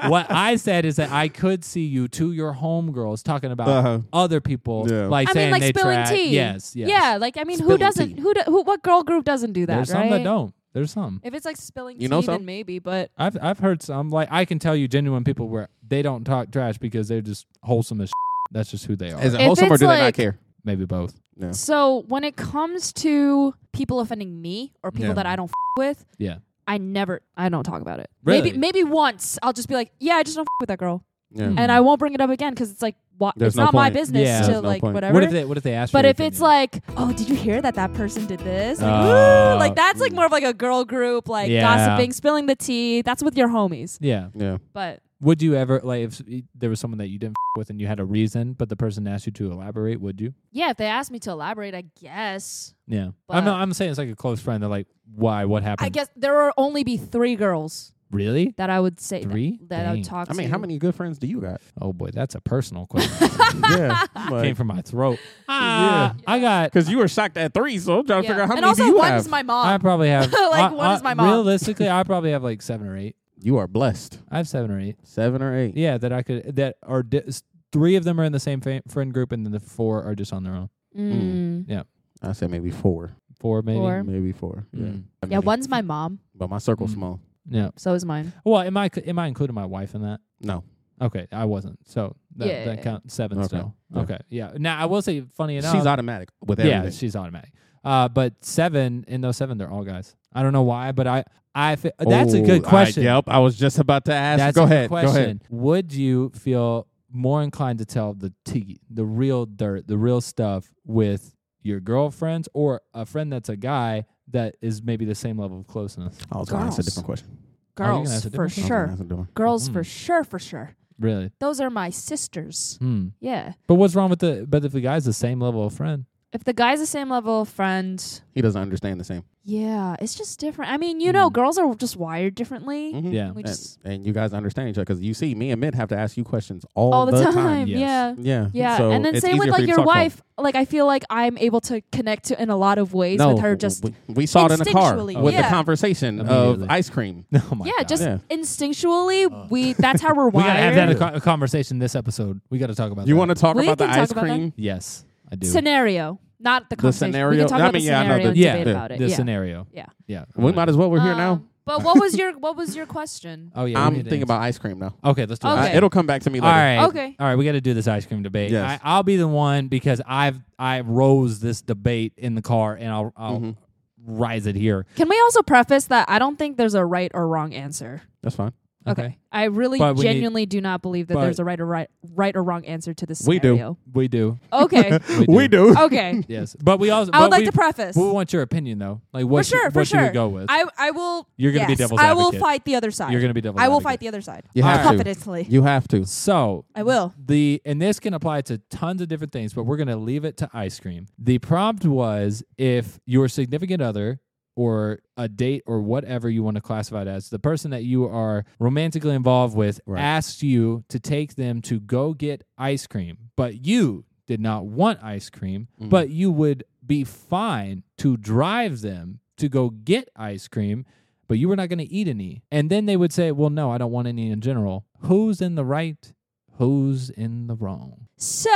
Speaker 1: what I said is that I could see you to your homegirls talking about
Speaker 2: Uh-huh.
Speaker 1: other people,
Speaker 2: Yeah.
Speaker 1: like
Speaker 4: I
Speaker 1: saying
Speaker 4: mean, like
Speaker 1: they
Speaker 4: spilling
Speaker 1: trash-
Speaker 4: tea.
Speaker 1: Yes, yes.
Speaker 4: Yeah, like I mean, who
Speaker 2: Spilling
Speaker 4: doesn't?
Speaker 2: tea.
Speaker 4: Who, do, who? What girl group doesn't do that?
Speaker 1: There's
Speaker 4: right?
Speaker 1: some that don't. There's some.
Speaker 4: If it's like spilling
Speaker 2: You
Speaker 4: tea,
Speaker 2: know some?
Speaker 4: then maybe. But
Speaker 1: I've I've heard some. Like I can tell you genuine people where they don't talk trash because they're just wholesome as. Shit. That's just who they are.
Speaker 2: Is it
Speaker 4: If
Speaker 2: wholesome or
Speaker 4: it's
Speaker 2: do they not
Speaker 4: like-
Speaker 2: care?
Speaker 1: Maybe both.
Speaker 4: so when it comes to people offending me or people
Speaker 2: Yeah.
Speaker 4: that I don't f- with,
Speaker 1: Yeah.
Speaker 4: I never, I don't talk about it.
Speaker 1: Really?
Speaker 4: Maybe, maybe once I'll just be like, yeah, I just don't f- with that girl,
Speaker 2: Yeah.
Speaker 1: Mm.
Speaker 4: and I won't bring it up again because it's like, wha-
Speaker 2: There's
Speaker 4: it's
Speaker 2: no
Speaker 4: not my
Speaker 2: point.
Speaker 4: business
Speaker 1: Yeah.
Speaker 4: to
Speaker 2: There's no
Speaker 4: like
Speaker 2: point.
Speaker 4: whatever.
Speaker 1: What if they What if they ask? for
Speaker 4: but
Speaker 1: your
Speaker 4: if it's
Speaker 1: opinion?
Speaker 4: like, oh, did you hear that that person did this? Like,
Speaker 1: Oh.
Speaker 4: ooh, like that's like more of like a girl group, like
Speaker 1: Yeah.
Speaker 4: gossiping, spilling the tea. That's with your homies.
Speaker 1: yeah.
Speaker 2: Yeah.
Speaker 4: But
Speaker 1: Would you ever like if s- there was someone that you didn't f- with and you had a reason, but the person asked you to elaborate? Would you?
Speaker 4: yeah, if they asked me to elaborate, I guess.
Speaker 1: Yeah, I'm
Speaker 4: But-
Speaker 1: not. I'm saying it's like a close friend. They're like, why? What happened?
Speaker 4: I guess there will only be three girls
Speaker 1: really?
Speaker 4: that I would say that-
Speaker 1: Three?
Speaker 4: that, I
Speaker 1: Dang.
Speaker 4: would talk
Speaker 2: I
Speaker 4: to.
Speaker 2: mean, how many good friends do you got?
Speaker 1: Oh boy, that's a personal question.
Speaker 2: yeah.
Speaker 1: Came from my throat. Ah, I got.
Speaker 2: Because you were shocked at three, so I'm trying to
Speaker 4: Yeah.
Speaker 2: figure out how
Speaker 4: and
Speaker 2: many
Speaker 4: also,
Speaker 2: do you
Speaker 4: one
Speaker 2: have.
Speaker 4: is my
Speaker 1: I
Speaker 4: mom.
Speaker 1: probably have.
Speaker 4: Like,
Speaker 1: I-
Speaker 4: one
Speaker 1: I-
Speaker 4: is my mom.
Speaker 1: Realistically, I probably have like seven or eight.
Speaker 2: you are blessed.
Speaker 1: I have seven or eight.
Speaker 2: Seven or eight.
Speaker 1: Yeah, that I could. That are di- s- three of them are in the same fa- friend group, and then the four are just on their own.
Speaker 4: Mm.
Speaker 2: I said maybe four.
Speaker 1: Four maybe.
Speaker 4: Four.
Speaker 2: Maybe four.
Speaker 1: Mm.
Speaker 2: Yeah.
Speaker 4: Yeah, one's my mom.
Speaker 2: But my circle's
Speaker 1: Mm.
Speaker 2: small.
Speaker 1: Yeah.
Speaker 4: So is mine.
Speaker 1: Well, am I am I including my wife in that?
Speaker 2: No.
Speaker 1: Okay, I wasn't. So that,
Speaker 4: Yeah,
Speaker 1: that
Speaker 4: yeah,
Speaker 1: counts seven
Speaker 2: Okay.
Speaker 1: still.
Speaker 2: Yeah.
Speaker 1: Okay, yeah. Now I will say, funny enough,
Speaker 2: She's automatic with
Speaker 1: yeah,
Speaker 2: everything.
Speaker 1: she's automatic. Uh, but seven in those seven, they're all guys. I don't know why, but I I fe-
Speaker 4: uh,
Speaker 1: that's a
Speaker 2: Ooh,
Speaker 1: good
Speaker 2: Oh, I-
Speaker 1: question.
Speaker 2: yep. I was just about to ask.
Speaker 1: That's
Speaker 2: go
Speaker 1: a good
Speaker 2: ahead.
Speaker 1: question.
Speaker 2: Go ahead.
Speaker 1: Would you feel more inclined to tell the tea, the real dirt, the real stuff with your girlfriends or a friend that's a guy that is maybe the same level of closeness?
Speaker 2: I was going to ask a
Speaker 4: Girls.
Speaker 2: different question.
Speaker 1: Oh, you can
Speaker 4: Girls
Speaker 1: ask a
Speaker 4: for
Speaker 1: different
Speaker 2: I was gonna
Speaker 4: sure.
Speaker 2: ask a different-
Speaker 4: Girls
Speaker 1: Mm.
Speaker 4: for sure. For sure.
Speaker 1: Really?
Speaker 4: Those are my sisters.
Speaker 1: Hmm.
Speaker 4: Yeah.
Speaker 1: But what's wrong with the? But if the guy's the same level of friend,
Speaker 4: if the guy's the same level of friend,
Speaker 2: He doesn't understand the same.
Speaker 4: yeah, it's just different. I mean, you know,
Speaker 1: Mhm.
Speaker 4: girls are just wired differently.
Speaker 2: Mhm.
Speaker 1: Yeah.
Speaker 4: Mm-hmm. We
Speaker 2: And,
Speaker 4: just-
Speaker 2: and you guys understand each other because you see, me and Mid have to ask you questions all,
Speaker 4: all the, time.
Speaker 1: yes.
Speaker 4: Yeah.
Speaker 2: Yeah.
Speaker 4: Yeah.
Speaker 2: So
Speaker 4: and then
Speaker 2: it's
Speaker 4: same with
Speaker 2: easier for
Speaker 4: like
Speaker 2: you to
Speaker 4: your
Speaker 2: talk to 'em.
Speaker 4: wife. Like I feel like I'm able to connect to in a lot of ways with her just
Speaker 2: we, we saw it in the car
Speaker 3: instinctually,
Speaker 2: with the
Speaker 4: yeah.
Speaker 2: conversation of
Speaker 1: Immediately.
Speaker 2: ice cream.
Speaker 1: Oh my
Speaker 4: yeah,
Speaker 1: God.
Speaker 4: just
Speaker 2: Yeah.
Speaker 4: instinctually we that's how we're wired.
Speaker 1: we gotta have that a, co- a conversation this episode. We gotta talk about.
Speaker 2: You
Speaker 1: that.
Speaker 2: want to talk
Speaker 4: We
Speaker 2: about the
Speaker 4: can talk
Speaker 2: ice
Speaker 4: about that.
Speaker 2: cream?
Speaker 1: Yes, I do.
Speaker 4: scenario, not the conversation. We
Speaker 2: scenario-
Speaker 4: can talk
Speaker 2: I
Speaker 4: about
Speaker 2: mean,
Speaker 4: the
Speaker 2: yeah, I know
Speaker 4: scenario
Speaker 2: the-
Speaker 4: and
Speaker 1: yeah,
Speaker 4: debate
Speaker 2: the-
Speaker 4: about it.
Speaker 1: the
Speaker 4: yeah.
Speaker 1: scenario.
Speaker 4: Yeah.
Speaker 1: yeah.
Speaker 2: We might as well. We're here now.
Speaker 4: Um, But what was your what was your question?
Speaker 1: Oh yeah, we
Speaker 2: I'm
Speaker 1: need to
Speaker 2: thinking
Speaker 1: answer.
Speaker 2: about ice cream now.
Speaker 1: Okay, let's do
Speaker 4: Okay.
Speaker 1: it.
Speaker 2: Uh, it'll come back to me
Speaker 1: All
Speaker 2: later.
Speaker 1: right.
Speaker 4: Okay.
Speaker 1: All right, we got to do this ice cream debate.
Speaker 2: Yes.
Speaker 1: I, I'll be the one because I've I rose this debate in the car, and I'll I'll
Speaker 2: Mhm.
Speaker 1: rise it here.
Speaker 4: Can we also preface that I don't think there's a right or wrong answer?
Speaker 2: That's fine.
Speaker 4: Okay. I really
Speaker 1: But we need-
Speaker 4: genuinely do not believe that
Speaker 1: but-
Speaker 4: there's a right or right right or wrong answer to this
Speaker 2: We do.
Speaker 4: scenario.
Speaker 1: we do.
Speaker 4: Okay.
Speaker 1: We do.
Speaker 2: do.
Speaker 4: okay.
Speaker 1: Yes, but we also.
Speaker 4: I would
Speaker 1: but
Speaker 4: like
Speaker 1: we,
Speaker 4: to preface.
Speaker 1: We want your opinion though. Like what?
Speaker 4: for sure,
Speaker 1: should,
Speaker 4: for
Speaker 1: what
Speaker 4: sure.
Speaker 1: should we go with?
Speaker 4: I, I will.
Speaker 1: You're gonna be
Speaker 4: yes,
Speaker 1: devil's
Speaker 4: I will
Speaker 1: advocate.
Speaker 4: fight the other side.
Speaker 1: You're going to be double.
Speaker 4: I will fight the other side.
Speaker 2: You
Speaker 1: All
Speaker 2: have
Speaker 1: right.
Speaker 2: to.
Speaker 4: Confidently.
Speaker 2: You have to.
Speaker 1: So
Speaker 4: I will.
Speaker 1: The and this can apply to tons of different things, but we're gonna leave it to ice cream. The prompt was if your significant other or a date or whatever you want to classify it as, the person that you are romantically involved with
Speaker 2: Right.
Speaker 1: asks you to take them to go get ice cream, but you did not want ice cream,
Speaker 2: Mhm.
Speaker 1: but you would be fine to drive them to go get ice cream but you were not going to eat any. And then they would say, well, no, I don't want any in general. Who's in the right? Who's in the wrong?
Speaker 4: So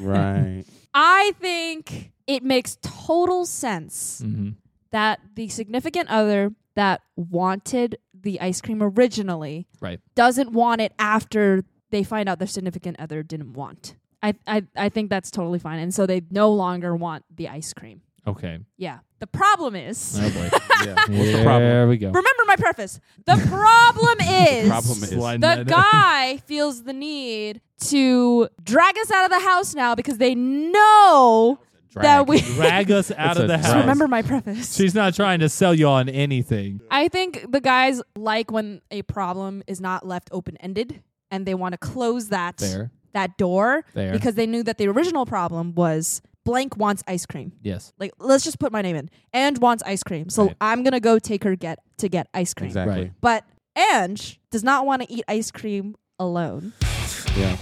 Speaker 2: right.
Speaker 4: I think it makes total sense
Speaker 1: Mm-hmm.
Speaker 4: that the significant other that wanted the ice cream originally
Speaker 1: Right.
Speaker 4: doesn't want it after they find out their significant other didn't want. I, I, I think that's totally fine. And so they no longer want the ice cream.
Speaker 1: Okay.
Speaker 4: Yeah. The problem is
Speaker 1: Oh, boy.
Speaker 2: Yeah. What's the problem?
Speaker 1: there we go.
Speaker 4: remember my preface. The problem is
Speaker 2: problem is-
Speaker 1: Sliding
Speaker 4: the
Speaker 1: that-
Speaker 4: guy feels the need to drag us out of the house now because they know that we
Speaker 1: Drag us out
Speaker 2: It's
Speaker 1: of
Speaker 2: a
Speaker 1: the
Speaker 2: drag.
Speaker 1: house.
Speaker 4: remember my preface.
Speaker 1: She's not trying to sell you on anything.
Speaker 4: I think the guys like when a problem is not left open ended and they want to close that
Speaker 1: There.
Speaker 4: that door
Speaker 1: There.
Speaker 4: because they knew that the original problem was blank wants ice cream.
Speaker 1: Yes.
Speaker 4: Like let's just put my name in. And wants ice cream. So
Speaker 1: Right.
Speaker 4: I'm going to go take her get to get ice cream.
Speaker 2: Exactly.
Speaker 4: But Ange does not want to eat ice cream alone.
Speaker 2: Yeah.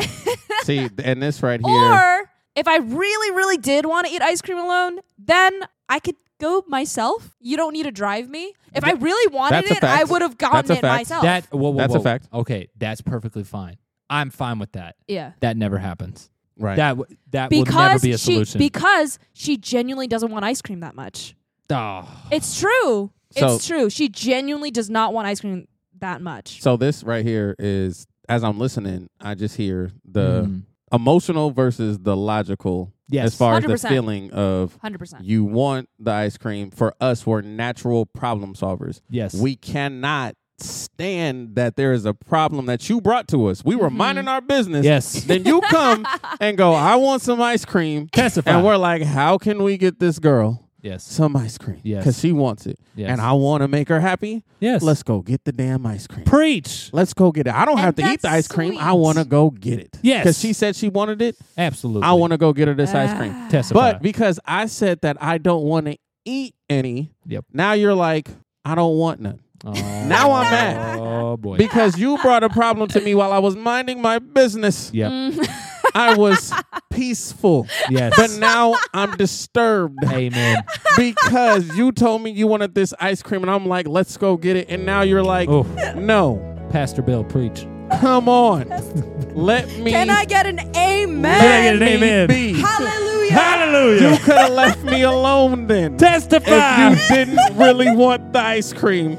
Speaker 2: See, th- and this right here.
Speaker 4: Or if I really, really did want to eat ice cream alone, then I could go myself. You don't need to drive me. If I really wanted
Speaker 2: that's a
Speaker 4: it, I
Speaker 2: fact.
Speaker 4: would have
Speaker 2: That's
Speaker 4: gotten
Speaker 2: a
Speaker 4: it
Speaker 2: fact.
Speaker 4: myself.
Speaker 1: That. Whoa, whoa,
Speaker 2: That's a
Speaker 1: whoa.
Speaker 2: fact.
Speaker 1: Okay. That's perfectly fine. I'm fine with that.
Speaker 4: yeah.
Speaker 1: That never happens.
Speaker 2: right.
Speaker 1: That w- that
Speaker 4: Because
Speaker 1: will never be a
Speaker 4: she
Speaker 1: solution.
Speaker 4: because she genuinely doesn't want ice cream that much.
Speaker 1: Oh.
Speaker 4: It's true.
Speaker 2: So-
Speaker 4: it's true. She genuinely does not want ice cream that much.
Speaker 2: so this right here is as I'm listening, I just hear the
Speaker 1: Mm.
Speaker 2: emotional versus the logical
Speaker 1: Yes.
Speaker 2: as far as the
Speaker 4: 100%.
Speaker 2: feeling of
Speaker 4: 100%.
Speaker 2: you want the ice cream for us we're natural problem solvers
Speaker 1: Yes.
Speaker 2: we cannot stand that there is a problem that you brought to us we were
Speaker 4: Mm-hmm.
Speaker 2: minding our business
Speaker 1: Yes.
Speaker 2: then you come and go i want some ice cream
Speaker 1: Testify.
Speaker 2: and we're like how can we get this girl
Speaker 1: yes.
Speaker 2: some ice cream
Speaker 1: Yes.
Speaker 2: because she wants it
Speaker 1: Yes.
Speaker 2: and i want to make her happy
Speaker 1: Yes.
Speaker 2: let's go get the damn ice cream
Speaker 1: preach.
Speaker 2: Let's go get it. I don't
Speaker 4: And
Speaker 2: have to eat
Speaker 4: that's
Speaker 2: the ice cream. I
Speaker 4: sweet.
Speaker 2: want to go get it.
Speaker 1: Yes.
Speaker 2: Because she said she wanted it.
Speaker 1: Absolutely.
Speaker 2: I want to go get her this
Speaker 4: Ah.
Speaker 2: ice cream.
Speaker 1: testify.
Speaker 2: But because I said that I don't want to eat any,
Speaker 1: Yep.
Speaker 2: now you're like, I don't want none.
Speaker 1: Oh,
Speaker 2: Now I'm mad.
Speaker 1: Oh boy.
Speaker 2: Because you brought a problem to me while I was minding my business.
Speaker 1: yep.
Speaker 2: I was peaceful.
Speaker 1: Yes.
Speaker 2: But now I'm disturbed
Speaker 1: Amen.
Speaker 2: because you told me you wanted this ice cream and I'm like, let's go get it. And now you're like,
Speaker 1: Oh,
Speaker 2: no,
Speaker 1: Pastor Bill, preach.
Speaker 2: come on. Let me
Speaker 4: Can I get an amen?
Speaker 1: Can I get an
Speaker 2: let me
Speaker 1: amen?
Speaker 2: be.
Speaker 4: Hallelujah.
Speaker 2: You
Speaker 1: Hallelujah.
Speaker 2: could have left me alone then.
Speaker 1: Testify.
Speaker 2: If you didn't really want the ice cream.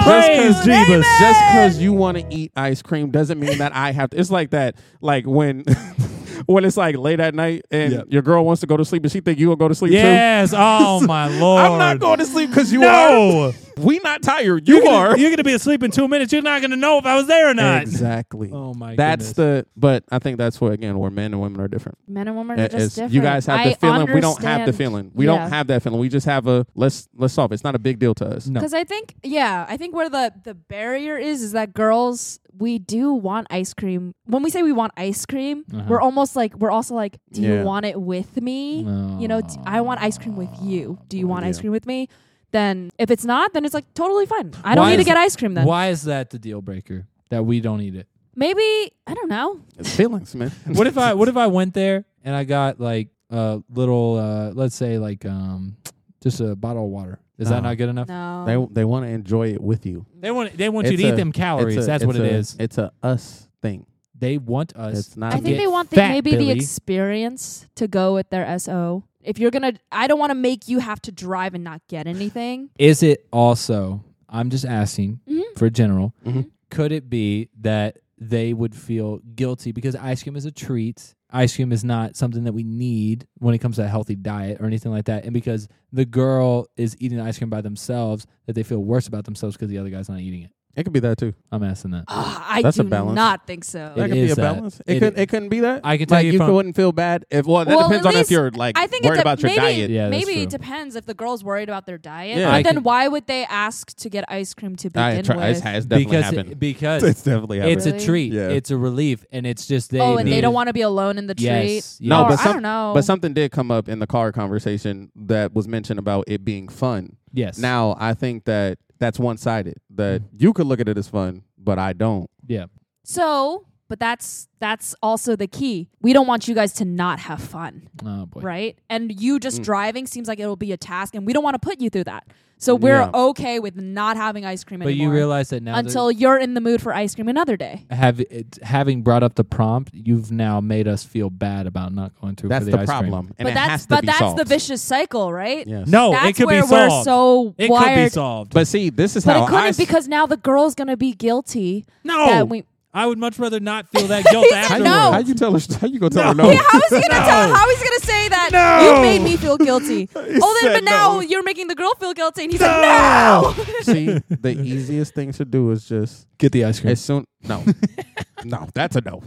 Speaker 1: Praise
Speaker 2: Just 'cause-
Speaker 1: Jesus.
Speaker 2: Just because you want to eat ice cream doesn't mean that I have to. It's like that, like when, when it's like late at night and
Speaker 1: Yep.
Speaker 2: your girl wants to go to sleep and she think you will go to sleep too.
Speaker 1: Yes. Oh my Lord.
Speaker 2: I'm not going to sleep because you are.
Speaker 1: No.
Speaker 2: we not tired.
Speaker 1: You're
Speaker 2: You
Speaker 1: gonna-
Speaker 2: are.
Speaker 1: You're gonna be asleep in two minutes. You're not gonna know if I was there or not.
Speaker 2: Exactly.
Speaker 1: Oh my.
Speaker 2: that's
Speaker 1: goodness.
Speaker 2: the. But I think that's where again where men and women are different.
Speaker 4: Men and women are
Speaker 2: It-
Speaker 4: just
Speaker 2: it's-
Speaker 4: different.
Speaker 2: You guys have the
Speaker 4: I
Speaker 2: feeling. We don't have the
Speaker 4: understand-
Speaker 2: feeling. We
Speaker 4: Yeah.
Speaker 2: don't have that feeling. We just have a let's let's solve. it. It's not a big deal to us.
Speaker 1: No.
Speaker 4: Because I think, yeah, I think where the the barrier is is that girls we do want ice cream. When we say we want ice cream,
Speaker 1: Uh-huh.
Speaker 4: we're almost like we're also like, do
Speaker 2: Yeah.
Speaker 4: you want it with me? You know, d- I want ice cream with you. Do you want ice
Speaker 2: Yeah.
Speaker 4: cream with me? Then if it's not, then it's like totally fine. I don't
Speaker 1: Why
Speaker 4: need to
Speaker 1: is-
Speaker 4: get ice cream then.
Speaker 1: Why is that the deal breaker that we don't eat it?
Speaker 4: Maybe I don't know.
Speaker 2: It's feelings, man.
Speaker 1: What if I What if I went there and I got like a little, uh, let's say like um, just a bottle of water? Is that
Speaker 2: No.
Speaker 1: not good enough?
Speaker 4: No.
Speaker 2: they they want to enjoy it with you?
Speaker 1: They want They want you
Speaker 2: It's
Speaker 1: to eat
Speaker 2: a-
Speaker 1: them calories.
Speaker 2: It's a-
Speaker 1: That's what
Speaker 2: it's
Speaker 1: it
Speaker 2: a-
Speaker 1: is.
Speaker 2: It's a us thing.
Speaker 1: They want us.
Speaker 2: It's not.
Speaker 4: I
Speaker 1: to
Speaker 4: think
Speaker 1: get
Speaker 4: they want the,
Speaker 1: fat,
Speaker 4: maybe
Speaker 1: Billy.
Speaker 4: the experience to go with their SO. If you're gonna, I don't want to make you have to drive and not get anything.
Speaker 1: Is it also? I'm just asking
Speaker 4: Mhm.
Speaker 1: for general.
Speaker 2: Mhm.
Speaker 1: Could it be that they would feel guilty because ice cream is a treat? Ice cream is not something that we need when it comes to a healthy diet or anything like that. And because the girl is eating ice cream by themselves, that they feel worse about themselves because the other guy's not eating it.
Speaker 2: It could be that too.
Speaker 1: I'm asking that.
Speaker 4: Ah, I
Speaker 2: That's a
Speaker 4: do
Speaker 2: balance.
Speaker 4: not think so.
Speaker 1: It
Speaker 2: that could be
Speaker 1: is
Speaker 2: a
Speaker 1: that.
Speaker 2: balance. It,
Speaker 1: It
Speaker 2: could.
Speaker 1: is.
Speaker 2: It couldn't be that.
Speaker 1: I can tell
Speaker 2: Like
Speaker 1: you
Speaker 2: you
Speaker 1: from-
Speaker 2: wouldn't feel bad if. Well, that
Speaker 4: Well,
Speaker 2: depends
Speaker 4: at
Speaker 2: on if
Speaker 4: least-
Speaker 2: you're like
Speaker 4: I think
Speaker 2: worried
Speaker 4: it's a-
Speaker 2: about your
Speaker 4: maybe,
Speaker 2: diet.
Speaker 1: Yeah, that's
Speaker 4: maybe it
Speaker 1: true.
Speaker 4: depends if the girl's worried about their diet.
Speaker 2: Yeah.
Speaker 4: but
Speaker 1: I
Speaker 4: then
Speaker 1: can-
Speaker 4: why would they ask to get ice cream to begin
Speaker 2: I try,
Speaker 4: with?
Speaker 2: it has definitely
Speaker 1: Because
Speaker 2: happened.
Speaker 1: because
Speaker 2: it's definitely happened.
Speaker 1: it's a
Speaker 4: Really?
Speaker 1: treat.
Speaker 2: Yeah.
Speaker 1: It's a relief, and it's just they.
Speaker 4: oh, and they
Speaker 1: needed-
Speaker 4: don't want to be alone in the treat.
Speaker 1: Yes.
Speaker 2: No,
Speaker 4: Or
Speaker 2: but
Speaker 4: I
Speaker 2: some-
Speaker 4: don't know.
Speaker 2: But something did come up in the car conversation that was mentioned about it being fun.
Speaker 1: Yes.
Speaker 2: Now I think that that's one sided. That
Speaker 1: Mm-hmm.
Speaker 2: you could look at it as fun, but I don't.
Speaker 1: Yeah.
Speaker 4: so, but that's that's also the key. We don't want you guys to not have fun,
Speaker 1: Oh boy.
Speaker 4: right? And you just
Speaker 2: Mm.
Speaker 4: driving seems like it'll be a task, and we don't want to put you through that. So we're
Speaker 2: Yeah.
Speaker 4: okay with not having ice cream
Speaker 1: But
Speaker 4: anymore
Speaker 1: you realize that now that-
Speaker 4: until you're in the mood for ice cream another day.
Speaker 1: have it, having brought up the prompt, you've now made us feel bad about not going through.
Speaker 2: That's
Speaker 1: for the,
Speaker 2: the
Speaker 1: ice cream.
Speaker 2: problem, and
Speaker 4: but
Speaker 2: it
Speaker 4: that's
Speaker 2: has to
Speaker 4: but
Speaker 2: be
Speaker 4: that's
Speaker 2: solved.
Speaker 4: the vicious cycle, right?
Speaker 2: Yes.
Speaker 1: No,
Speaker 4: that's
Speaker 1: it could
Speaker 4: where
Speaker 1: be
Speaker 4: we're
Speaker 1: solved.
Speaker 4: so
Speaker 1: it could be
Speaker 4: wired.
Speaker 1: solved.
Speaker 2: But see, this is
Speaker 4: But
Speaker 2: how
Speaker 4: it couldn't
Speaker 2: I s-
Speaker 4: because now the girl's gonna be guilty.
Speaker 1: no,
Speaker 4: That we,
Speaker 1: I would much rather not feel that guilt
Speaker 4: He said
Speaker 1: afterwards.
Speaker 4: no.
Speaker 2: How you tell her? How you gonna tell
Speaker 1: No.
Speaker 2: her
Speaker 4: yeah,
Speaker 2: no?
Speaker 4: how is he gonna
Speaker 1: No.
Speaker 4: tell? How is he gonna say that?
Speaker 2: No.
Speaker 4: You made me feel guilty. oh, then,
Speaker 2: said
Speaker 4: but now
Speaker 2: no.
Speaker 4: you're making the girl feel guilty, and he's like, no.
Speaker 2: see, the easiest thing to do is just
Speaker 1: Get the ice cream.
Speaker 2: as soon no, no, that's a no.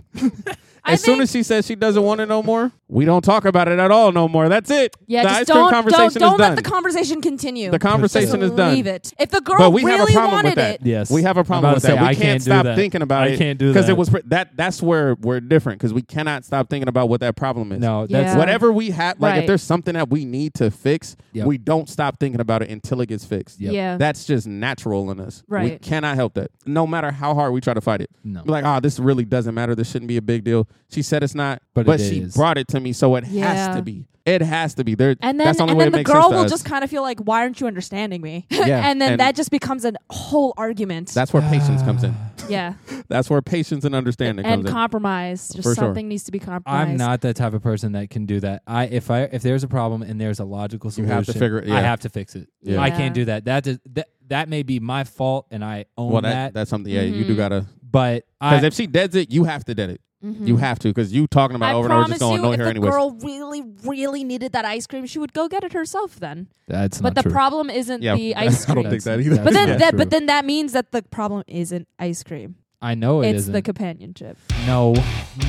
Speaker 4: I
Speaker 2: as soon
Speaker 4: think-
Speaker 2: as she says she doesn't want it no more, we don't talk about it at all no more. That's it.
Speaker 4: yeah,
Speaker 2: the
Speaker 4: just
Speaker 2: ice
Speaker 4: don't
Speaker 2: cream
Speaker 4: don't
Speaker 2: conversation
Speaker 4: don't
Speaker 2: is
Speaker 4: let
Speaker 2: done.
Speaker 4: the conversation continue.
Speaker 2: the conversation is
Speaker 4: Just
Speaker 2: done.
Speaker 4: Leave it. If the girl
Speaker 2: But we
Speaker 4: really
Speaker 2: have a problem
Speaker 4: wanted
Speaker 2: with that.
Speaker 4: it,
Speaker 1: Yes,
Speaker 2: We have a problem
Speaker 1: I'm
Speaker 2: with
Speaker 1: about to
Speaker 2: that.
Speaker 1: say,
Speaker 2: we
Speaker 1: I
Speaker 2: can't
Speaker 1: do
Speaker 2: stop
Speaker 1: that.
Speaker 2: thinking about
Speaker 1: I
Speaker 2: it.
Speaker 1: can't do that
Speaker 2: because it was pre- that. That's where we're different because we cannot stop thinking about what that problem is.
Speaker 1: no. That's
Speaker 4: Yeah.
Speaker 2: Whatever we have, like if
Speaker 4: Right.
Speaker 2: there's something that we need to fix,
Speaker 1: Yep.
Speaker 2: we don't stop thinking about it until it gets fixed.
Speaker 1: Yep.
Speaker 4: yeah,
Speaker 2: That's just natural in us. We
Speaker 4: Right.
Speaker 2: cannot help that. No matter how hard we try to fight it.
Speaker 1: no.
Speaker 2: Be like, oh, this really doesn't matter. This shouldn't be a big deal. She said it's not,
Speaker 1: But
Speaker 2: but,
Speaker 1: it
Speaker 2: she
Speaker 1: is.
Speaker 2: brought it to me, so it has
Speaker 4: Yeah.
Speaker 2: to be. It has to be. There,
Speaker 4: and then
Speaker 2: that's the only
Speaker 4: and
Speaker 2: way
Speaker 4: then
Speaker 2: it
Speaker 4: the
Speaker 2: makes
Speaker 4: girl
Speaker 2: sense to
Speaker 4: will
Speaker 2: us.
Speaker 4: just kind of feel like, why aren't you understanding me?
Speaker 2: Yeah,
Speaker 4: and then
Speaker 2: and-
Speaker 4: that just becomes a whole argument.
Speaker 2: That's where patience comes in.
Speaker 4: yeah,
Speaker 2: That's where patience and understanding
Speaker 4: and
Speaker 2: comes in.
Speaker 4: compromise. Just
Speaker 2: For sure.
Speaker 4: something needs to be compromised.
Speaker 1: I'm not that type of person that can do that. I if I if there's a problem and there's a logical
Speaker 2: You
Speaker 1: solution,
Speaker 2: have to figure it-
Speaker 1: I
Speaker 2: yeah.
Speaker 1: have to fix it.
Speaker 2: Yeah.
Speaker 1: I
Speaker 4: Yeah.
Speaker 1: can't do that. That is, that that may be my fault, and I own
Speaker 2: Well,
Speaker 1: that,
Speaker 2: that, that's something. Yeah, you do
Speaker 4: Mhm.
Speaker 2: gotta.
Speaker 1: But I
Speaker 2: Because if she deads it, you have to dead it.
Speaker 4: Mhm.
Speaker 2: You have to. Because you talking about
Speaker 4: I
Speaker 2: it over and over
Speaker 4: promise
Speaker 2: just going
Speaker 4: you,
Speaker 2: no
Speaker 4: if
Speaker 2: here
Speaker 4: the
Speaker 2: anyways.
Speaker 4: girl really, really needed that ice cream, she would go get it herself then.
Speaker 1: that's
Speaker 4: but
Speaker 1: not
Speaker 4: the
Speaker 1: true.
Speaker 4: problem isn't
Speaker 2: Yeah,
Speaker 4: the ice
Speaker 2: I
Speaker 4: cream.
Speaker 2: don't think that either.
Speaker 4: but
Speaker 1: That's
Speaker 4: then,
Speaker 1: not
Speaker 4: that,
Speaker 1: true.
Speaker 4: but then that means that the problem isn't ice cream.
Speaker 1: I know it
Speaker 4: it's
Speaker 1: not
Speaker 4: the companionship.
Speaker 1: no,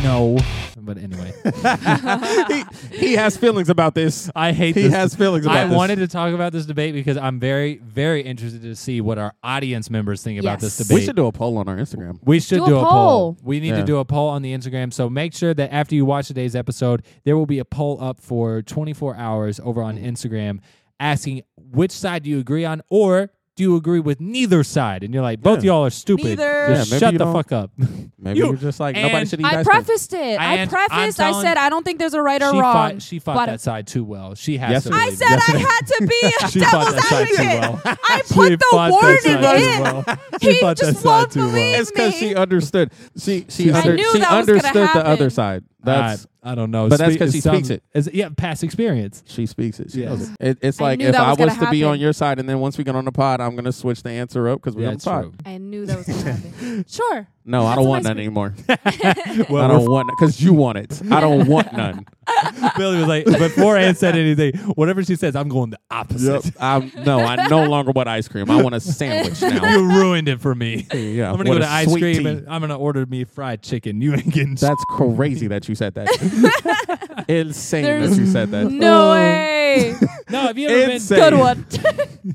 Speaker 1: no. But anyway,
Speaker 2: he, he has feelings about this.
Speaker 1: I hate.
Speaker 2: He
Speaker 1: this
Speaker 2: has feelings about
Speaker 1: I
Speaker 2: this.
Speaker 1: wanted to talk about this debate because I'm very, very interested to see what our audience members think about this
Speaker 4: Yes.
Speaker 1: debate.
Speaker 2: We should do a poll on our Instagram.
Speaker 1: We should do,
Speaker 4: Do
Speaker 1: a, poll.
Speaker 4: a poll.
Speaker 1: We need to
Speaker 2: Yeah.
Speaker 1: do a poll on the Instagram. So make sure that after you watch today's episode, there will be a poll up for 24 hours over on
Speaker 2: Mm.
Speaker 1: Instagram asking which side do you agree on or do you agree with neither side? And you're like, both
Speaker 2: Yeah.
Speaker 1: y'all are stupid.
Speaker 4: Neither.
Speaker 1: Just
Speaker 2: Yeah, maybe
Speaker 1: shut
Speaker 2: you
Speaker 1: the
Speaker 2: don't-
Speaker 1: fuck up.
Speaker 2: Maybe
Speaker 1: You-
Speaker 2: you, are just like nobody
Speaker 1: and
Speaker 2: should eat
Speaker 4: I
Speaker 2: ice cream.
Speaker 4: prefaced it. I
Speaker 1: And I'm
Speaker 4: prefaced. I
Speaker 1: telling-
Speaker 4: said I don't think there's a right or
Speaker 1: she
Speaker 4: wrong.
Speaker 1: fought, she fought
Speaker 4: but
Speaker 1: that side too well. She has
Speaker 2: Yes,
Speaker 1: to
Speaker 2: sir.
Speaker 4: I
Speaker 1: leave.
Speaker 4: said I had to be a
Speaker 1: she fought
Speaker 4: devil's
Speaker 1: that side too
Speaker 4: advocate.
Speaker 1: well.
Speaker 4: I
Speaker 1: She
Speaker 4: put
Speaker 1: fought that
Speaker 4: the
Speaker 1: side
Speaker 4: warning
Speaker 1: too
Speaker 4: in.
Speaker 1: well. She
Speaker 4: He
Speaker 1: fought that
Speaker 4: just
Speaker 1: side
Speaker 4: won't
Speaker 1: too well.
Speaker 4: believe-
Speaker 2: It's because
Speaker 4: me.
Speaker 2: she understood. She she
Speaker 1: I
Speaker 2: under,
Speaker 4: knew
Speaker 2: she
Speaker 4: that was gonna
Speaker 2: understood the
Speaker 4: happen.
Speaker 2: other side. That's
Speaker 1: I, I don't know.
Speaker 2: But that's
Speaker 1: Spe-
Speaker 2: 'cause she
Speaker 1: some-
Speaker 2: speaks it.
Speaker 1: is- yeah, past experience.
Speaker 2: she speaks it. She
Speaker 1: Yes.
Speaker 2: knows it. It- It's
Speaker 4: I
Speaker 2: like
Speaker 4: knew
Speaker 2: if
Speaker 4: that
Speaker 2: I
Speaker 4: was
Speaker 2: was
Speaker 4: gonna
Speaker 2: to be
Speaker 4: happen.
Speaker 2: on your side, and then once we get on the pod, I'm gonna switch the answer up because we're on
Speaker 1: That's
Speaker 2: the pod.
Speaker 1: true.
Speaker 4: I knew that was going to happen. Sure.
Speaker 2: No, I
Speaker 4: That's
Speaker 2: don't want
Speaker 4: my
Speaker 2: none
Speaker 4: screen-
Speaker 2: anymore. I
Speaker 1: Well,
Speaker 2: don't want because you want it. I don't want none.
Speaker 1: Billy was like, before Ann said anything, whatever she says, I'm going the opposite.
Speaker 2: I'm, no, I no longer want ice cream. I want a sandwich now.
Speaker 1: You ruined it for me.
Speaker 2: Yeah,
Speaker 1: I'm gonna
Speaker 2: with
Speaker 1: go
Speaker 2: a
Speaker 1: to ice
Speaker 2: sweet
Speaker 1: cream
Speaker 2: tea.
Speaker 1: and I'm gonna order me fried chicken. You ain't getting shit.
Speaker 2: That's crazy that you said that. Insane
Speaker 4: There's
Speaker 2: that you said that.
Speaker 4: No
Speaker 1: Oh.
Speaker 4: way.
Speaker 1: No, have you ever
Speaker 2: Insane.
Speaker 1: been
Speaker 4: Good one.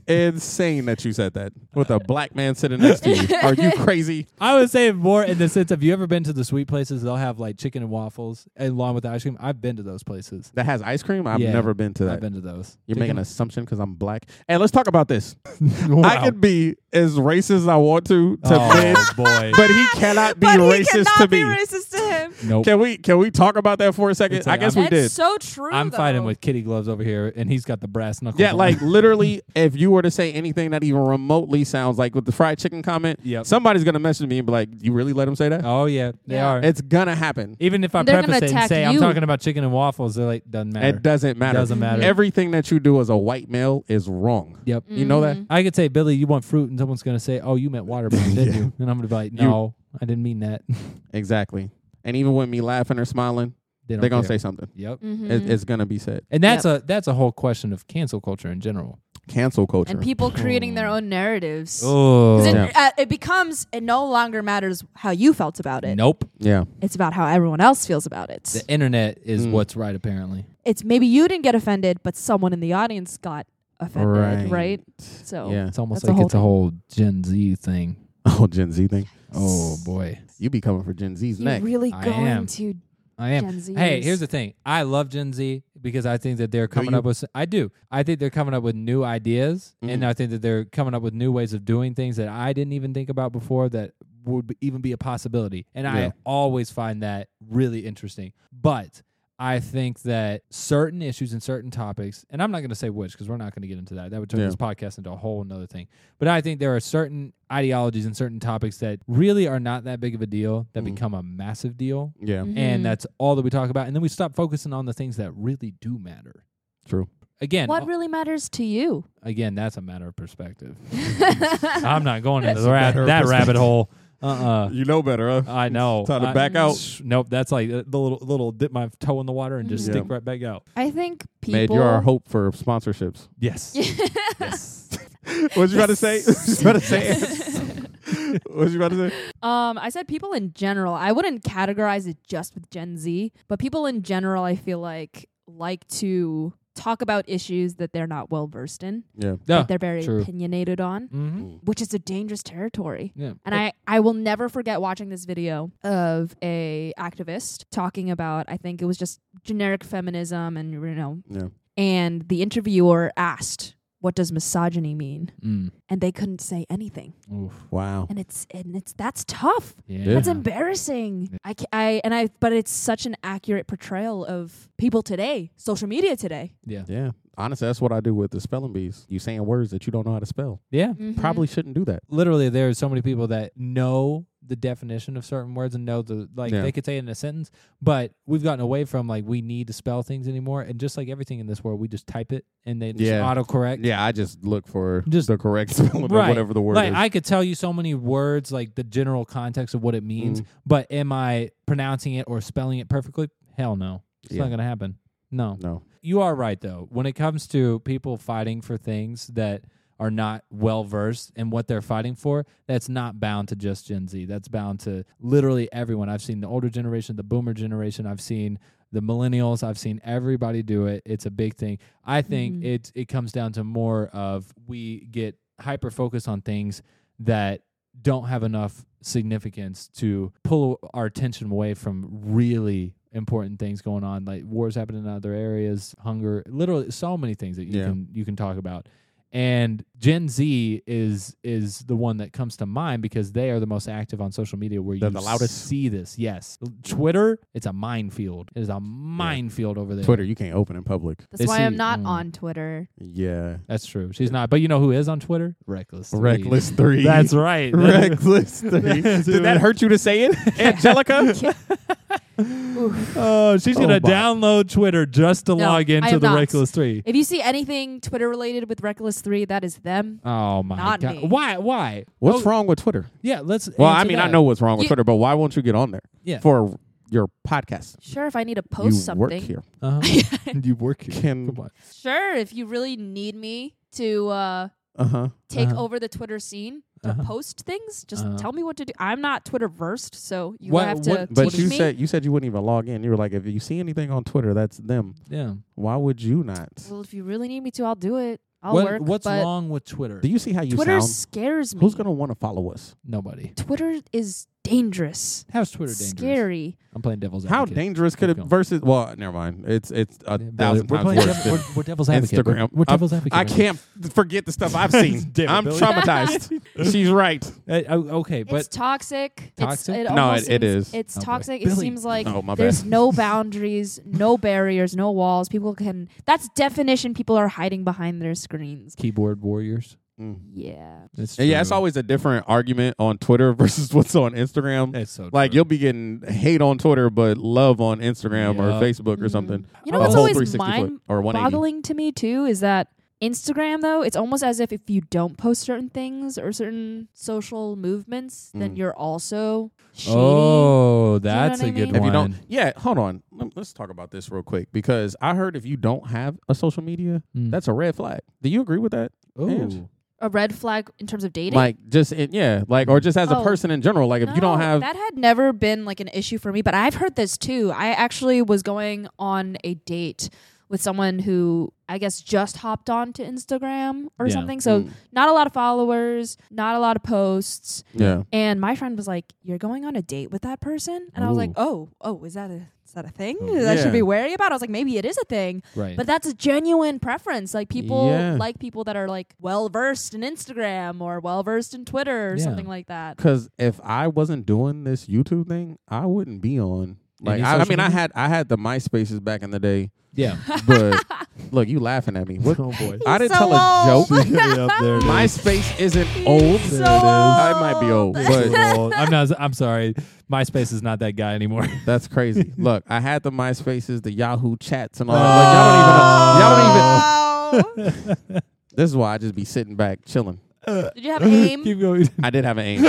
Speaker 2: Insane that you said that with a black man sitting next to you. Are you crazy?
Speaker 1: I would say more in the sense have you ever been to the sweet places they'll have like chicken and waffles along with the ice cream? I've been to those places.
Speaker 2: That has ice cream. I've
Speaker 1: Yeah,
Speaker 2: never been to
Speaker 1: I've
Speaker 2: that.
Speaker 1: been to those.
Speaker 2: You're making an assumption because I'm black. Hey, let's talk about this.
Speaker 1: wow.
Speaker 2: I could be as racist as I want to to Ben,
Speaker 1: Oh boy.
Speaker 2: but he cannot be
Speaker 4: but he
Speaker 2: racist
Speaker 4: cannot
Speaker 2: to
Speaker 4: be
Speaker 2: me.
Speaker 4: racist to him.
Speaker 1: nope.
Speaker 2: Can we can we talk about that for a second?
Speaker 1: It's like
Speaker 2: I guess
Speaker 1: I'm-
Speaker 2: we
Speaker 4: That's
Speaker 2: did.
Speaker 4: so true.
Speaker 1: I'm
Speaker 4: though.
Speaker 1: fighting with kitty gloves over here and he's got the brass knuckles.
Speaker 2: yeah,
Speaker 1: on.
Speaker 2: like literally, if you were to say anything that even remotely sounds like with the fried chicken comment,
Speaker 1: Yep.
Speaker 2: somebody's gonna message me and be like, "You really let him say that?"
Speaker 1: Oh yeah, they
Speaker 4: Yeah.
Speaker 1: are.
Speaker 2: It's gonna happen.
Speaker 1: Even if I
Speaker 4: They're
Speaker 1: preface
Speaker 4: gonna
Speaker 1: it and
Speaker 4: attack
Speaker 1: say I'm
Speaker 4: you.
Speaker 1: talking about chicken and waffles, they're like, doesn't matter.
Speaker 2: It doesn't matter.
Speaker 1: Doesn't matter.
Speaker 2: Everything that you do as a white male is wrong.
Speaker 1: yep.
Speaker 4: Mm-hmm.
Speaker 2: You know that?
Speaker 1: I could say, Billy, you want fruit, and someone's gonna say, Oh, you meant water, didn't you? And I'm gonna be like, No, I didn't mean that.
Speaker 4: Mm-hmm.
Speaker 2: Exactly. And even with me laughing or smiling,
Speaker 1: they don't
Speaker 2: they're gonna
Speaker 1: care.
Speaker 2: say something.
Speaker 1: Yep.
Speaker 4: Mhm.
Speaker 2: It, it's gonna be said.
Speaker 1: And that's a that's a whole question of cancel culture in general.
Speaker 2: Cancel culture.
Speaker 4: and people creating their own narratives.
Speaker 1: Oh,
Speaker 4: 'Cause It,
Speaker 2: Yeah.
Speaker 4: uh, it becomes it no longer matters how you felt about it.
Speaker 1: nope.
Speaker 2: yeah.
Speaker 4: It's about how everyone else feels about it.
Speaker 1: The internet is
Speaker 2: Mm.
Speaker 1: what's right, apparently.
Speaker 4: it's maybe you didn't get offended, but someone in the audience got offended, right? So
Speaker 2: Yeah.
Speaker 1: It's almost
Speaker 4: That's a
Speaker 1: like
Speaker 4: whole
Speaker 1: it's a whole Gen Z thing.
Speaker 2: Oh, Gen Z thing.
Speaker 1: Oh boy,
Speaker 2: You be coming for Gen Z's
Speaker 4: you
Speaker 2: neck.
Speaker 4: really
Speaker 1: I
Speaker 4: going
Speaker 1: am.
Speaker 4: to
Speaker 1: I am.
Speaker 4: Gen Z.
Speaker 1: Hey, here's the thing. I love Gen Z because I think that they're coming
Speaker 2: you?
Speaker 1: up with. I do. I think they're coming up with new ideas, and
Speaker 2: Mhm.
Speaker 1: I think that they're coming up with new ways of doing things that I didn't even think about before that would be, even be a possibility. And
Speaker 2: Yeah.
Speaker 1: I always find that really interesting. But I think that certain issues and certain topics, and I'm not going to say which because we're not going to get into that. That would turn
Speaker 2: Yeah.
Speaker 1: this podcast into a whole another thing. But I think there are certain ideologies and certain topics that really are not that big of a deal that
Speaker 2: Mhm.
Speaker 1: become a massive deal
Speaker 2: yeah.
Speaker 4: Mhm.
Speaker 1: and uh, that's all that we talk about. And then we stop focusing on the things that really do matter.
Speaker 2: True.
Speaker 1: Again, oh,
Speaker 4: what really matters to you.
Speaker 1: again, that's a matter of perspective. I'm not going into the ra- that rabbit hole. Uh uh
Speaker 2: You know better, huh?
Speaker 1: I know.
Speaker 2: Time to
Speaker 1: I-
Speaker 2: back out.
Speaker 1: Shh, Nope, that's like uh, the little little dip my toe in the water and just
Speaker 4: Mm-hmm.
Speaker 2: Mhm.
Speaker 1: stick
Speaker 2: Yeah.
Speaker 1: right back out.
Speaker 4: I think people.
Speaker 2: Made you're our hope for sponsorships.
Speaker 1: Yes. yes.
Speaker 2: What you about to say? What you about to say? what you about to say?
Speaker 4: Um, I said people in general. I wouldn't categorize it just with Gen Z, but people in general, I feel like like to talk about issues that they're not well versed in,
Speaker 2: Yeah.
Speaker 1: Yeah.
Speaker 4: that they're very
Speaker 1: true.
Speaker 4: opinionated on,
Speaker 1: Mm-hmm.
Speaker 4: which is a dangerous territory.
Speaker 1: Yeah.
Speaker 4: And I, I will never forget watching this video of a activist talking about I think it was just generic feminism and you know
Speaker 2: Yeah.
Speaker 4: and the interviewer asked what does misogyny mean
Speaker 1: Mm.
Speaker 4: and they couldn't say anything
Speaker 1: Oof.
Speaker 2: Wow.
Speaker 4: and it's and it's that's tough
Speaker 1: Yeah.
Speaker 4: that's embarrassing. I, ca- I and I, but it's such an accurate portrayal of people today, social media today.
Speaker 1: yeah.
Speaker 2: Yeah. Honestly, that's what I do with the spelling bees. You saying words that you don't know how to spell.
Speaker 1: Yeah.
Speaker 4: Mm-hmm.
Speaker 2: Probably shouldn't do that.
Speaker 1: literally there are so many people that know the definition of certain words and know the like
Speaker 2: Yeah.
Speaker 1: they could say it in a sentence but we've gotten away from like we need to spell things anymore and just like everything in this world we just type it and they just
Speaker 2: Yeah.
Speaker 1: autocorrect
Speaker 2: Yeah, I just look for
Speaker 1: Just-
Speaker 2: the correct spelling of
Speaker 1: Right.
Speaker 2: whatever the word
Speaker 1: like
Speaker 2: is.
Speaker 1: i could tell you so many words like the general context of what it means
Speaker 2: Mm.
Speaker 1: but am i pronouncing it or spelling it perfectly hell no it's
Speaker 2: Yeah.
Speaker 1: not gonna happen no
Speaker 2: no.
Speaker 1: you are right though when it comes to people fighting for things that are not well versed in what they're fighting for that's not bound to just gen z that's bound to literally everyone i've seen the older generation the boomer generation i've seen the millennials i've seen everybody do it it's a big thing i think
Speaker 4: Mhm.
Speaker 1: it it comes down to more of we get hyper focused on things that don't have enough significance to pull our attention away from really important things going on like wars happening in other areas hunger literally so many things that you
Speaker 2: Yeah.
Speaker 1: can you can talk about and Gen Z is is the one that comes to mind because they are the most active on social media where
Speaker 2: They're
Speaker 1: you
Speaker 2: the loudest.
Speaker 1: see this yes Twitter it's a minefield it is a minefield over there
Speaker 2: Twitter, you can't open in public.
Speaker 4: That's
Speaker 1: They
Speaker 4: why
Speaker 1: see-
Speaker 4: I'm not
Speaker 1: mm.
Speaker 4: on Twitter.
Speaker 2: Yeah.
Speaker 1: that's true she's not but you know who is on Twitter reckless Louise.
Speaker 2: Reckless three.
Speaker 1: that's right
Speaker 2: reckless three. Did that hurt you to say it, Angelica?
Speaker 1: Oh, she's
Speaker 2: Oh,
Speaker 1: gonna
Speaker 2: my.
Speaker 1: download Twitter just to
Speaker 4: No,
Speaker 1: log
Speaker 4: I
Speaker 1: into
Speaker 4: am
Speaker 1: the
Speaker 4: not.
Speaker 1: Reckless Three.
Speaker 4: If you see anything Twitter related with Reckless Three, that is them.
Speaker 1: Oh my
Speaker 4: Not
Speaker 1: god!
Speaker 4: me.
Speaker 1: Why? Why?
Speaker 2: What's
Speaker 1: Oh,
Speaker 2: wrong with Twitter?
Speaker 1: Yeah, let's.
Speaker 2: Well, I
Speaker 1: answer
Speaker 2: mean, I
Speaker 1: that.
Speaker 2: know what's wrong with
Speaker 4: You-
Speaker 2: Twitter, but why won't you get on there
Speaker 1: Yeah.
Speaker 2: for your podcast?
Speaker 4: Sure, if I need to
Speaker 2: you
Speaker 4: post
Speaker 2: work
Speaker 4: something.
Speaker 2: here.
Speaker 1: Uh-huh. you work here.
Speaker 2: Can
Speaker 1: Come on.
Speaker 4: Sure, if you really need me to uh,
Speaker 2: uh huh.
Speaker 4: take
Speaker 1: Uh-huh.
Speaker 4: over the Twitter scene to
Speaker 1: Uh-huh.
Speaker 4: post things, just
Speaker 1: Uh-huh.
Speaker 4: tell me what to do. I'm not Twitter versed, so you
Speaker 1: What-
Speaker 4: have to
Speaker 1: what-
Speaker 2: But
Speaker 4: teach
Speaker 2: you
Speaker 4: me.
Speaker 2: said you said you wouldn't even log in. You were like, if you see anything on Twitter, that's them.
Speaker 1: Yeah.
Speaker 2: Why would you not?
Speaker 4: well, if you really need me to, I'll do it. I'll
Speaker 1: What-
Speaker 4: work.
Speaker 1: what's
Speaker 4: but
Speaker 1: wrong with Twitter?
Speaker 2: Do you see how you
Speaker 4: Twitter
Speaker 2: sound?
Speaker 4: scares me.
Speaker 2: Who's gonna want to follow us?
Speaker 1: Nobody.
Speaker 4: Twitter is dangerous.
Speaker 1: How's Twitter dangerous?
Speaker 4: Scary.
Speaker 1: I'm playing devil's
Speaker 2: How
Speaker 1: advocate.
Speaker 2: dangerous could it
Speaker 1: Keep going.
Speaker 2: versus? Well, never mind. It's it's a
Speaker 1: Yeah,
Speaker 2: thousand
Speaker 1: Billy, we're
Speaker 2: times
Speaker 1: playing
Speaker 2: worse.
Speaker 1: devil-
Speaker 2: than-
Speaker 1: we're, we're devil's advocate. We're-
Speaker 2: Instagram.
Speaker 1: We're,
Speaker 2: I'm-
Speaker 1: devil's advocate.
Speaker 2: I can't f- forget the stuff I've seen.
Speaker 1: Damn it,
Speaker 2: I'm
Speaker 1: Billy.
Speaker 2: traumatized. She's right.
Speaker 1: Uh, oh, okay, but
Speaker 4: it's toxic.
Speaker 1: Toxic?
Speaker 4: It's, it
Speaker 2: No,
Speaker 4: almost
Speaker 2: it- it
Speaker 4: seems-
Speaker 2: is.
Speaker 4: It's
Speaker 1: Okay.
Speaker 4: toxic. It
Speaker 1: Billy.
Speaker 4: seems like
Speaker 2: Oh, my bad.
Speaker 4: there's no boundaries, no barriers, no walls. People can. That's definition. People are hiding behind their screens.
Speaker 1: keyboard warriors.
Speaker 2: Mm.
Speaker 4: Yeah.
Speaker 1: That's
Speaker 2: Yeah, it's
Speaker 1: true.
Speaker 2: always a different argument on Twitter versus what's on Instagram.
Speaker 1: That's so
Speaker 2: Like
Speaker 1: true.
Speaker 2: you'll be getting hate on Twitter, but love on Instagram or
Speaker 1: Yeah.
Speaker 2: Facebook or
Speaker 4: Mhm.
Speaker 2: something.
Speaker 4: You know
Speaker 2: A
Speaker 4: what's
Speaker 2: whole
Speaker 4: always
Speaker 2: 360 foot-
Speaker 4: mind
Speaker 2: or 180.
Speaker 4: boggling to me too is that Instagram though it's almost as if if you don't post certain things or certain social movements, then
Speaker 2: Mm.
Speaker 4: you're also shady.
Speaker 1: Oh,
Speaker 4: know what
Speaker 1: that's
Speaker 4: I
Speaker 1: a good
Speaker 4: mean?
Speaker 2: If
Speaker 1: one.
Speaker 2: you don't, yeah, hold on. Lem- Let's talk about this real quick because I heard if you don't have a social media,
Speaker 1: Mm.
Speaker 2: that's a red flag. Do you agree with that?
Speaker 1: Ooh.
Speaker 4: A red flag in terms of dating.
Speaker 2: Like just in, yeah, like or just as a
Speaker 4: Oh.
Speaker 2: person in general. Like if you don't
Speaker 4: No,
Speaker 2: have
Speaker 4: that had never been like an issue for me, but I've heard this too. I actually was going on a date with someone who I guess just hopped on to Instagram or
Speaker 1: Yeah.
Speaker 4: something. So
Speaker 2: Mm.
Speaker 4: not a lot of followers, not a lot of posts.
Speaker 2: yeah,
Speaker 4: And my friend was like, "You're going on a date with that person?" And I was like,
Speaker 1: Ooh.
Speaker 4: "Oh, oh, is that a is that a thing
Speaker 1: Oh,
Speaker 4: that I
Speaker 2: yeah.
Speaker 4: should be wary about?" I was like, "Maybe it is a thing,
Speaker 1: Right.
Speaker 4: but that's a genuine preference. Like people
Speaker 2: Yeah.
Speaker 4: like people that are like well versed in Instagram or well versed in Twitter or
Speaker 1: Yeah.
Speaker 4: something like that."
Speaker 2: because if I wasn't doing this YouTube thing, I wouldn't be on. Like
Speaker 1: Any
Speaker 2: I, I
Speaker 1: social
Speaker 2: mean, I
Speaker 1: media?
Speaker 2: had I had the MySpaces back in the day,
Speaker 1: yeah.
Speaker 2: but look, you laughing at me. What?
Speaker 1: oh boy.
Speaker 2: I didn't
Speaker 4: so
Speaker 2: tell a
Speaker 4: old.
Speaker 2: joke.
Speaker 1: Yep, there it is.
Speaker 2: MySpace isn't old.
Speaker 1: There it is.
Speaker 2: I might be old,
Speaker 1: It's
Speaker 2: but
Speaker 1: a little- I'm not. I'm sorry. MySpace is not that guy anymore.
Speaker 2: that's crazy. Look, I had the MySpaces, the Yahoo chats, and all. that. Like, y'all don't even.
Speaker 4: Oh.
Speaker 2: Y'all don't even. This is why I just be sitting back chilling.
Speaker 4: Did you have aim?
Speaker 1: Keep going.
Speaker 2: I did have an aim.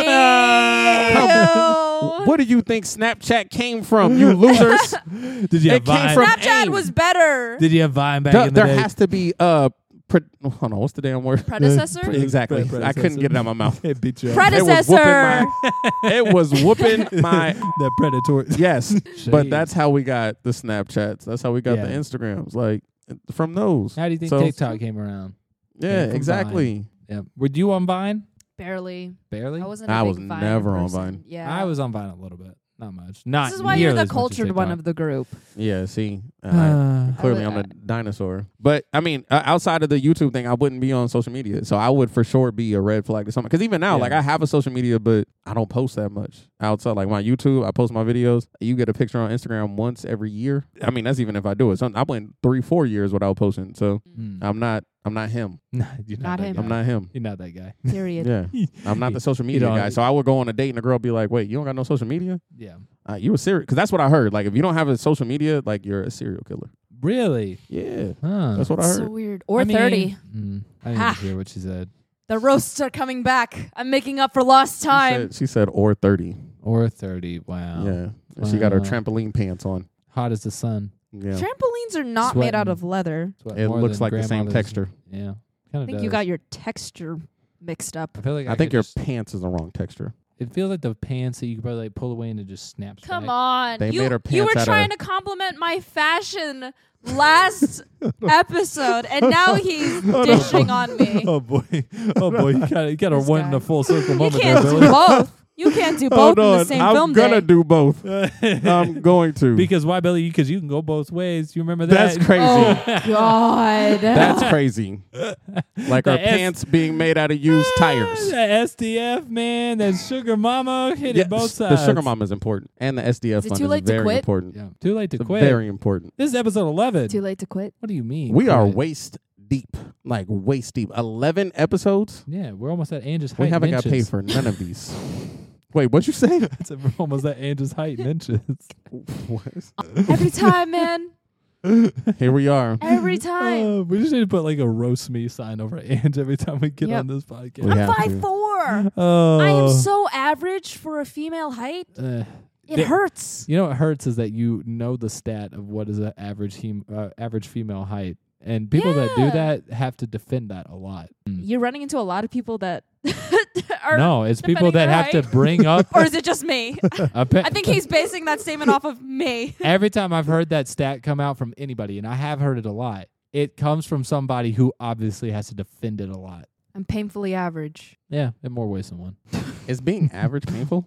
Speaker 4: Ew.
Speaker 2: What do you think Snapchat came from, you losers?
Speaker 1: Did you have
Speaker 2: It came
Speaker 1: Vine?
Speaker 2: from-
Speaker 4: Snapchat
Speaker 2: aim?
Speaker 4: was better.
Speaker 1: Did you have Vine back
Speaker 2: Duh,
Speaker 1: in the
Speaker 2: there
Speaker 1: day?
Speaker 2: has to be uh, pre- hold on, what's the damn word?
Speaker 4: Predecessor.
Speaker 1: Pre-
Speaker 2: Exactly.
Speaker 1: Pre-
Speaker 2: I couldn't get it out my mouth.
Speaker 1: it beat you. up.
Speaker 2: It was whooping
Speaker 4: Predecessor.
Speaker 2: my. It was whooping my.
Speaker 1: the predator.
Speaker 2: Yes, but
Speaker 1: Jeez.
Speaker 2: that's how we got the Snapchats. That's how we got the
Speaker 1: Yeah.
Speaker 2: Instagrams. Like from those.
Speaker 1: How do you think
Speaker 2: So-
Speaker 1: TikTok came around?
Speaker 2: Yeah,
Speaker 1: Came from
Speaker 2: exactly.
Speaker 1: Yeah. Were you on Vine?
Speaker 4: Barely.
Speaker 1: Barely.
Speaker 4: I wasn't. a
Speaker 2: I
Speaker 4: big
Speaker 2: was
Speaker 4: Vine
Speaker 2: never on
Speaker 4: person.
Speaker 2: Vine.
Speaker 4: Yeah.
Speaker 1: I was on Vine a little bit. Not much. Not.
Speaker 4: This is why
Speaker 1: nearly
Speaker 4: you're the
Speaker 1: as much as
Speaker 4: cultured one
Speaker 1: TikTok.
Speaker 4: of the group.
Speaker 2: Yeah. See. I-
Speaker 1: Uh,
Speaker 2: Clearly,
Speaker 4: I
Speaker 2: I'm
Speaker 4: would-
Speaker 2: a dinosaur. But I mean, uh, outside of the YouTube thing, I wouldn't be on social media. So I would for sure be a red flag to someone. Because even now,
Speaker 1: Yeah.
Speaker 2: like I have a social media, but I don't post that much outside. Like my YouTube, I post my videos. You get a picture on Instagram once every year. I mean, that's even if I do it. So I went three, four years without posting. So
Speaker 1: hmm.
Speaker 2: I'm not. I'm not him.
Speaker 1: No, you're not,
Speaker 4: Not
Speaker 1: that
Speaker 4: him.
Speaker 1: guy.
Speaker 2: I'm not him.
Speaker 1: You're not that guy.
Speaker 4: Period.
Speaker 2: Yeah. I'm not the social media
Speaker 1: don't-
Speaker 2: guy. So I would go on a date and the girl would be like, "Wait, you don't got no social media?
Speaker 1: Yeah.
Speaker 2: Uh, you a serial? Because that's what I heard. Like if you don't have a social media, like you're a serial killer.
Speaker 1: Really?
Speaker 2: Yeah.
Speaker 1: Huh.
Speaker 2: That's what I
Speaker 4: It's
Speaker 2: heard.
Speaker 4: So weird. Or
Speaker 1: I mean,
Speaker 4: 30.
Speaker 1: mm, I didn't
Speaker 4: Ha.
Speaker 1: even hear what she said.
Speaker 4: The roasts are coming back. I'm making up for lost time.
Speaker 2: Said- she said or 30.
Speaker 1: Or 30. Wow.
Speaker 2: Yeah. And She got her
Speaker 1: Oh. Wow.
Speaker 2: trampoline pants on.
Speaker 1: Hot as the sun.
Speaker 2: Yeah.
Speaker 4: Trampolines are not made out
Speaker 1: Sweating.
Speaker 4: of leather.
Speaker 1: It's what,
Speaker 2: it
Speaker 1: more
Speaker 2: looks
Speaker 1: than
Speaker 2: like the same
Speaker 1: grandmother's-
Speaker 2: texture.
Speaker 1: Yeah. Kind
Speaker 4: I
Speaker 1: of
Speaker 4: think you got your texture mixed up.
Speaker 1: I feel like I,
Speaker 2: I think
Speaker 1: could
Speaker 2: your
Speaker 1: just-
Speaker 2: pants is the wrong texture.
Speaker 1: It feels like the pants that you could probably like pull away and it just snaps.
Speaker 4: Come
Speaker 1: back.
Speaker 4: on.
Speaker 2: They
Speaker 4: you,
Speaker 2: made her
Speaker 4: you
Speaker 2: pants out
Speaker 4: were
Speaker 2: of-
Speaker 4: trying to compliment my fashion last episode, and now he's dishing on me.
Speaker 1: Oh boy! Oh boy! You got you got a
Speaker 4: This
Speaker 1: one in
Speaker 4: guy.
Speaker 1: a full circle
Speaker 4: You
Speaker 1: moment
Speaker 4: can't
Speaker 1: there,
Speaker 4: do
Speaker 1: Billy.
Speaker 4: both. You can't do both in the same
Speaker 2: I'm
Speaker 4: film
Speaker 2: gonna
Speaker 4: day.
Speaker 2: do both. I'm going to.
Speaker 1: because why, Billy? Because you can go both ways. You remember that?
Speaker 2: That's crazy.
Speaker 4: oh God!
Speaker 2: That's crazy. Like
Speaker 1: The
Speaker 2: our
Speaker 1: S-
Speaker 2: pants being made out of used
Speaker 1: Ah,
Speaker 2: tires.
Speaker 1: The SDF man, that sugar mama hit
Speaker 2: Yeah,
Speaker 1: it both
Speaker 2: s-
Speaker 1: sides.
Speaker 2: The sugar mom is important, and the SDF
Speaker 4: Is it
Speaker 2: fund
Speaker 4: too
Speaker 2: is
Speaker 4: late to
Speaker 2: very
Speaker 4: quit?
Speaker 2: important.
Speaker 1: Yeah. Too late to
Speaker 2: It's
Speaker 1: quit.
Speaker 2: Very important.
Speaker 1: this is episode eleven.
Speaker 4: Too late to quit.
Speaker 1: What do you mean?
Speaker 2: We are
Speaker 1: quit?
Speaker 2: waist deep, like waist deep. Eleven episodes.
Speaker 1: Yeah, we're almost at Angie's height.
Speaker 2: We haven't got
Speaker 1: mentions.
Speaker 2: paid for none of these. Wait, what'd you say?
Speaker 1: That's almost that Andrew's height in inches.
Speaker 2: What?
Speaker 4: Every time, man.
Speaker 2: Here we are.
Speaker 4: Every time.
Speaker 1: Uh, we just need to put like a roast me sign over Ange every time we get
Speaker 4: Yep.
Speaker 1: on this
Speaker 2: We
Speaker 1: podcast.
Speaker 4: I'm
Speaker 2: have
Speaker 4: five
Speaker 2: to.
Speaker 4: four.
Speaker 1: Oh,
Speaker 4: I am so average for a female height.
Speaker 1: Uh,
Speaker 4: It
Speaker 1: They-
Speaker 4: hurts.
Speaker 1: you know what hurts is that you know the stat of what is an average hem- uh, average female height, and people that do
Speaker 4: Yeah.
Speaker 1: that have to defend that a lot. Mm.
Speaker 4: You're running into a lot of people that are.
Speaker 1: No, it's people
Speaker 4: defending
Speaker 1: that
Speaker 4: their
Speaker 1: have to
Speaker 4: height.
Speaker 1: bring up.
Speaker 4: Or is it just me?
Speaker 1: a pe-
Speaker 4: I think he's basing that statement off of me.
Speaker 1: every time I've heard that stat come out from anybody, and I have heard it a lot. It comes from somebody who obviously has to defend it a lot.
Speaker 4: I'm painfully average.
Speaker 1: Yeah, in more ways than one.
Speaker 2: Is being average painful?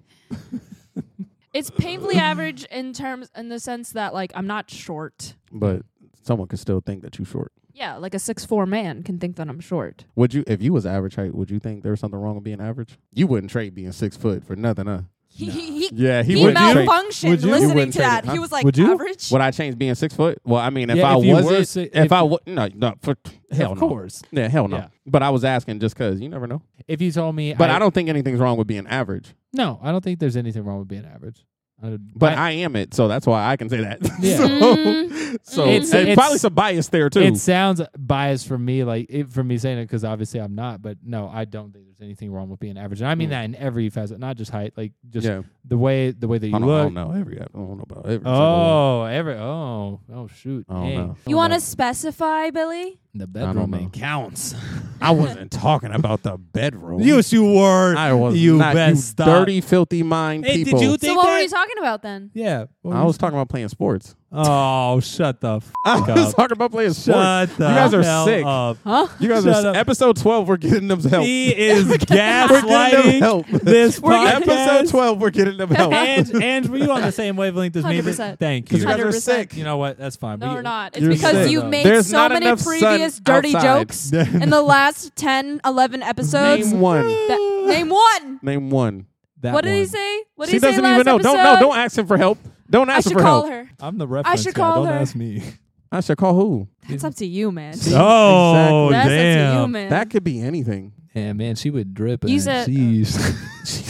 Speaker 4: It's painfully average in terms in the sense that like I'm not short.
Speaker 2: But someone could still think that you short.
Speaker 4: Yeah, like a six four man can think that I'm short.
Speaker 2: Would you, if you was average height, would you think there was something wrong with being average? You wouldn't trade being six foot for nothing, huh?
Speaker 4: He he, he,
Speaker 2: Yeah,
Speaker 4: he
Speaker 1: wouldn't trade-
Speaker 4: malfunctioned
Speaker 1: would you- You
Speaker 4: listening
Speaker 2: wouldn't
Speaker 4: to
Speaker 2: trade
Speaker 4: that.
Speaker 2: it,
Speaker 4: He
Speaker 2: huh?
Speaker 4: was like
Speaker 1: Would you?
Speaker 4: average.
Speaker 2: Would I change being six foot? Well, I mean, if
Speaker 1: Yeah,
Speaker 2: I
Speaker 1: if you were
Speaker 2: wasn't,
Speaker 1: si-
Speaker 2: if,
Speaker 1: if-
Speaker 2: I was no, no, for, hell
Speaker 1: of
Speaker 2: no.
Speaker 1: course.
Speaker 2: Yeah, hell no.
Speaker 1: Yeah.
Speaker 2: But I was asking just because you never know.
Speaker 1: If you told me,
Speaker 2: But I, don't think anything's wrong with being average.
Speaker 1: No, I don't think there's anything wrong with being average. I would-
Speaker 2: But I, am it, so that's why I can say that.
Speaker 1: Yeah.
Speaker 2: so,
Speaker 4: Mm.
Speaker 2: so
Speaker 1: It's-
Speaker 2: there's
Speaker 1: it's-
Speaker 2: probably some bias there too.
Speaker 1: it sounds biased from me, like it, from me saying it because obviously I'm not. But no, I don't think there's anything wrong with being average, and I mean
Speaker 2: Mm.
Speaker 1: that in every facet, not just height, like just
Speaker 2: yeah,
Speaker 1: the way the way that you
Speaker 2: I don't, I
Speaker 1: look.
Speaker 2: don't know every. I don't know about every.
Speaker 1: Oh, every oh oh shoot!
Speaker 2: I don't
Speaker 1: Dang.
Speaker 2: know.
Speaker 4: you want to specify, Billy?
Speaker 1: the
Speaker 2: I don't
Speaker 1: bedroom
Speaker 2: know.
Speaker 1: it counts.
Speaker 2: I wasn't talking about the bedroom.
Speaker 1: you were.
Speaker 2: I was
Speaker 1: You
Speaker 2: not,
Speaker 1: best
Speaker 2: you
Speaker 1: stop.
Speaker 2: dirty, filthy mind
Speaker 1: Hey, did
Speaker 2: people.
Speaker 1: you-
Speaker 4: So
Speaker 1: Think
Speaker 4: what
Speaker 1: that-
Speaker 4: were you talking about then?
Speaker 1: Yeah,
Speaker 2: I was talking about playing sports.
Speaker 1: Oh, shut the
Speaker 2: I
Speaker 1: fuck
Speaker 2: was
Speaker 1: up!
Speaker 2: talking about playing sports.
Speaker 1: Shut the
Speaker 2: guys are
Speaker 1: hell
Speaker 2: sick.
Speaker 1: Up.
Speaker 4: Huh?
Speaker 2: You guys
Speaker 1: Shut
Speaker 2: are
Speaker 1: up.
Speaker 2: episode twelve. We're getting them help.
Speaker 1: He is
Speaker 2: getting them help.
Speaker 1: gaslighting this
Speaker 4: We're
Speaker 1: podcast.
Speaker 4: getting-
Speaker 2: episode twelve. We're getting them help.
Speaker 1: Ange, Ange, were you on the same wavelength as me?
Speaker 4: 100%.
Speaker 1: Thank
Speaker 2: Because
Speaker 1: you.
Speaker 2: you guys are
Speaker 4: 100%.
Speaker 2: sick.
Speaker 1: You know what? That's fine.
Speaker 4: No,
Speaker 1: We-
Speaker 4: we're not. It's
Speaker 1: you're
Speaker 4: because
Speaker 1: sick.
Speaker 4: you've made
Speaker 2: There's
Speaker 4: so
Speaker 2: not
Speaker 4: many
Speaker 2: enough sun
Speaker 4: previous dirty
Speaker 2: outside.
Speaker 4: jokes in the last 10, 11 episodes.
Speaker 2: Name one.
Speaker 4: That- name one.
Speaker 2: Name one.
Speaker 1: That
Speaker 4: what did he
Speaker 1: one.
Speaker 4: say? What did
Speaker 2: she
Speaker 4: he say
Speaker 2: doesn't
Speaker 4: last
Speaker 2: even know. Don't no.
Speaker 4: episode?
Speaker 2: Don't ask him for help. Don't
Speaker 4: I
Speaker 2: ask
Speaker 4: should
Speaker 2: him for
Speaker 4: call
Speaker 2: help.
Speaker 4: her.
Speaker 1: I'm the reference
Speaker 4: should
Speaker 1: guy.
Speaker 4: call
Speaker 1: Don't
Speaker 4: her.
Speaker 1: ask me.
Speaker 2: I should call who?
Speaker 4: That's up to you, man.
Speaker 2: Oh,
Speaker 4: That's up to you, man.
Speaker 2: That could be anything.
Speaker 1: Yeah, man, she would drip.
Speaker 4: You
Speaker 1: it.
Speaker 4: said- uh,
Speaker 1: Jeez.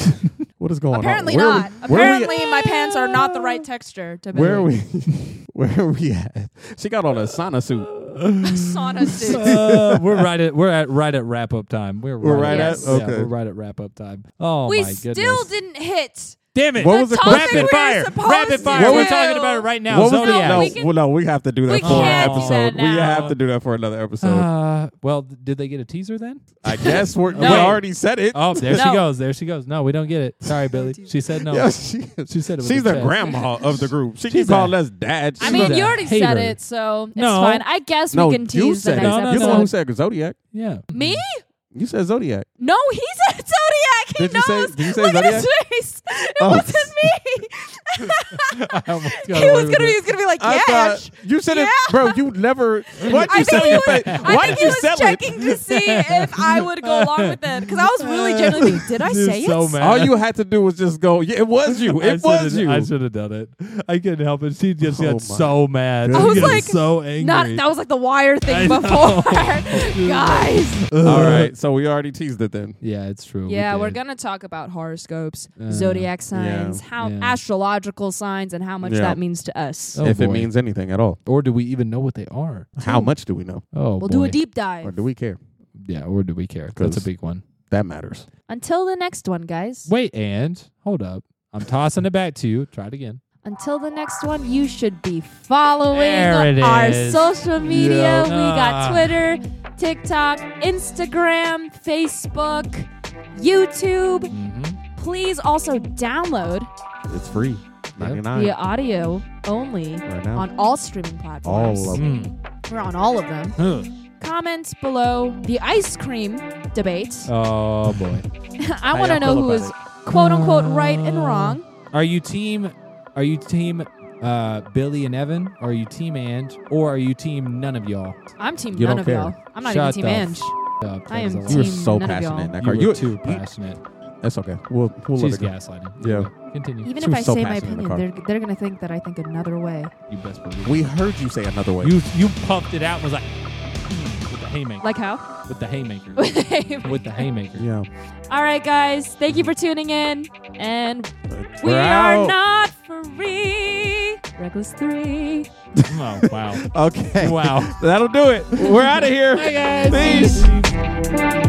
Speaker 2: What is going
Speaker 4: Apparently
Speaker 2: on? Where are
Speaker 4: not.
Speaker 2: we- where are we-
Speaker 4: Apparently, my pants are not the right texture. To
Speaker 2: Where are
Speaker 4: bathe.
Speaker 2: we? Where are we at? She got on a sauna suit.
Speaker 4: Sauna suit.
Speaker 1: uh, we're right at we're at right at wrap up time. We're right,
Speaker 2: We're right
Speaker 1: at,
Speaker 4: at-
Speaker 1: yeah,
Speaker 2: okay.
Speaker 1: we're right at wrap up time. Oh
Speaker 4: we
Speaker 1: my goodness!
Speaker 4: still didn't hit.
Speaker 1: Damn it!
Speaker 2: What was the
Speaker 4: topic
Speaker 2: question?
Speaker 4: we
Speaker 1: Rapid
Speaker 4: were
Speaker 1: fire!
Speaker 4: supposed
Speaker 1: Rapid
Speaker 4: to
Speaker 1: fire! We're
Speaker 4: do.
Speaker 1: talking about it right now.
Speaker 2: what was
Speaker 4: Oh, No,
Speaker 2: the,
Speaker 1: Zodiac.
Speaker 2: no,
Speaker 4: we can-
Speaker 2: well, no, we have to do that
Speaker 4: we
Speaker 2: for an
Speaker 1: can't do
Speaker 2: episode.
Speaker 4: that
Speaker 2: We
Speaker 4: now.
Speaker 2: have to do that for another episode.
Speaker 1: Uh, well, th- did they get a teaser then?
Speaker 2: I guess we're, we
Speaker 4: No.
Speaker 2: already said it.
Speaker 1: Oh, there she
Speaker 4: No.
Speaker 1: goes. There she goes. No, we don't get it. Sorry, Billy. She said no.
Speaker 2: Yeah, she,
Speaker 1: She said it with her
Speaker 2: she's the
Speaker 1: chest.
Speaker 2: grandma of the group. She
Speaker 1: She's
Speaker 2: keeps calling
Speaker 1: a-
Speaker 2: us dad.
Speaker 4: I
Speaker 2: She's
Speaker 4: mean,
Speaker 2: a-
Speaker 1: a
Speaker 4: you already said
Speaker 1: hater.
Speaker 4: it, so it's
Speaker 1: No.
Speaker 4: fine. I guess
Speaker 2: no,
Speaker 4: we can
Speaker 2: you
Speaker 4: tease the
Speaker 2: said
Speaker 4: next
Speaker 1: No, no,
Speaker 2: you're the
Speaker 4: episode.
Speaker 2: one who said Zodiac.
Speaker 1: Yeah.
Speaker 4: Me?
Speaker 2: You said Zodiac.
Speaker 4: No, he said Zodiac. He
Speaker 2: Did you
Speaker 4: knows.
Speaker 2: say- did you say
Speaker 4: Look at his
Speaker 2: Zodiac?
Speaker 4: face. It
Speaker 2: Oh.
Speaker 4: wasn't me.
Speaker 1: I almost got
Speaker 4: he
Speaker 1: away
Speaker 4: was
Speaker 1: with
Speaker 4: gonna be. He
Speaker 1: it.
Speaker 4: was gonna be like,
Speaker 2: I
Speaker 4: yeah.
Speaker 2: thought you said
Speaker 4: Yeah.
Speaker 2: it, bro. You never. Why did
Speaker 4: I
Speaker 2: you
Speaker 4: think
Speaker 2: sell
Speaker 4: he
Speaker 2: your
Speaker 4: was,
Speaker 2: face?
Speaker 4: I
Speaker 2: Why
Speaker 4: think
Speaker 2: did
Speaker 4: he
Speaker 2: you
Speaker 4: was
Speaker 2: sell it?
Speaker 4: checking to see if I would go along with it because I was really genuinely. thinking, Did I
Speaker 1: You're
Speaker 4: say
Speaker 1: so
Speaker 4: it?
Speaker 1: mad.
Speaker 2: All you had to do was just go. Yeah, it was you.
Speaker 1: I
Speaker 2: It was
Speaker 1: should've-
Speaker 2: you.
Speaker 1: I should have done it. I couldn't help it. She just
Speaker 2: Oh
Speaker 1: got
Speaker 2: my
Speaker 1: so mad.
Speaker 2: goodness.
Speaker 1: She
Speaker 2: I was
Speaker 1: got
Speaker 4: like,
Speaker 1: so angry.
Speaker 4: Not that was like the wire
Speaker 1: I
Speaker 4: thing
Speaker 1: know.
Speaker 4: before, guys.
Speaker 2: All right, so we already teased it then.
Speaker 1: Yeah, it's true.
Speaker 4: Yeah,
Speaker 1: we
Speaker 4: we're
Speaker 1: did.
Speaker 4: gonna talk about horoscopes,
Speaker 1: Uh,
Speaker 4: zodiac signs, how
Speaker 1: yeah.
Speaker 4: astrological signs, and how much
Speaker 2: Yeah.
Speaker 4: that means to us.
Speaker 1: Oh,
Speaker 2: if it
Speaker 1: boy.
Speaker 2: means anything at all,
Speaker 1: Or do we even know what they are?
Speaker 2: how much do we know,
Speaker 1: Oh,
Speaker 4: we'll do
Speaker 1: boy.
Speaker 4: a deep
Speaker 2: or
Speaker 4: dive.
Speaker 2: do we care?
Speaker 1: Yeah, or do we care? That's a
Speaker 2: 'Cause-
Speaker 1: big one.
Speaker 2: That matters.
Speaker 4: Until the next one, guys.
Speaker 1: Wait, and hold up. I'm tossing it back to you. Try it again.
Speaker 4: Until the next one, you should be following
Speaker 1: There it
Speaker 4: our
Speaker 1: is.
Speaker 4: social media.
Speaker 1: Yeah.
Speaker 4: We got
Speaker 1: Ah.
Speaker 4: Twitter, TikTok, Instagram, Facebook, YouTube.
Speaker 2: Mm-hmm.
Speaker 4: Please also download
Speaker 2: It's free. Ninety nine
Speaker 4: the audio only
Speaker 2: right now.
Speaker 4: on all streaming platforms.
Speaker 2: All of
Speaker 1: Mm.
Speaker 4: We're on all of them.
Speaker 2: Mm.
Speaker 1: Ugh.
Speaker 4: Comments below the ice cream debate.
Speaker 1: Oh boy.
Speaker 4: I want
Speaker 2: y'all
Speaker 4: to know
Speaker 2: feel
Speaker 4: who
Speaker 2: about
Speaker 4: is quote unquote right and wrong.
Speaker 1: Are you team? Are you team uh, Billy and Evan? Or are you team Ange? Or are you team none of y'all?
Speaker 4: I'm team
Speaker 2: You
Speaker 4: none
Speaker 2: don't
Speaker 4: of
Speaker 2: care.
Speaker 4: y'all. I'm not
Speaker 1: Shut
Speaker 4: even team
Speaker 1: the
Speaker 4: Ange.
Speaker 1: f- up.
Speaker 4: I
Speaker 1: That was
Speaker 4: am
Speaker 1: a
Speaker 2: you
Speaker 1: lot.
Speaker 2: were
Speaker 4: team
Speaker 2: so
Speaker 4: none of y'all.
Speaker 2: passionate in that
Speaker 1: You
Speaker 2: car.
Speaker 1: were
Speaker 2: You,
Speaker 1: too
Speaker 2: you-
Speaker 1: passionate.
Speaker 2: That's okay. We'll we'll
Speaker 1: She's
Speaker 2: let it go.
Speaker 1: gaslighting.
Speaker 2: Yeah.
Speaker 1: Anyway, Continue.
Speaker 4: Even
Speaker 2: She
Speaker 4: if
Speaker 2: was
Speaker 4: I
Speaker 2: so
Speaker 4: say my
Speaker 2: passionate in the
Speaker 4: opinion,
Speaker 2: car.
Speaker 4: they're, they're going to think that I think another way.
Speaker 1: You best believe.
Speaker 2: We heard you say another way.
Speaker 1: it. you you puffed it out. and Was like. "Mm," with the haymaker.
Speaker 4: Like how?
Speaker 1: with the haymaker.
Speaker 4: All
Speaker 1: with the haymaker.
Speaker 2: Yeah.
Speaker 4: right, guys. Thank you for tuning in. And we
Speaker 2: We're
Speaker 4: are
Speaker 2: out.
Speaker 4: not free. Reckless 3.
Speaker 1: Oh wow.
Speaker 2: Okay.
Speaker 1: Wow.
Speaker 2: That'll do it. We're out of here.
Speaker 1: Hi guys.
Speaker 2: Peace.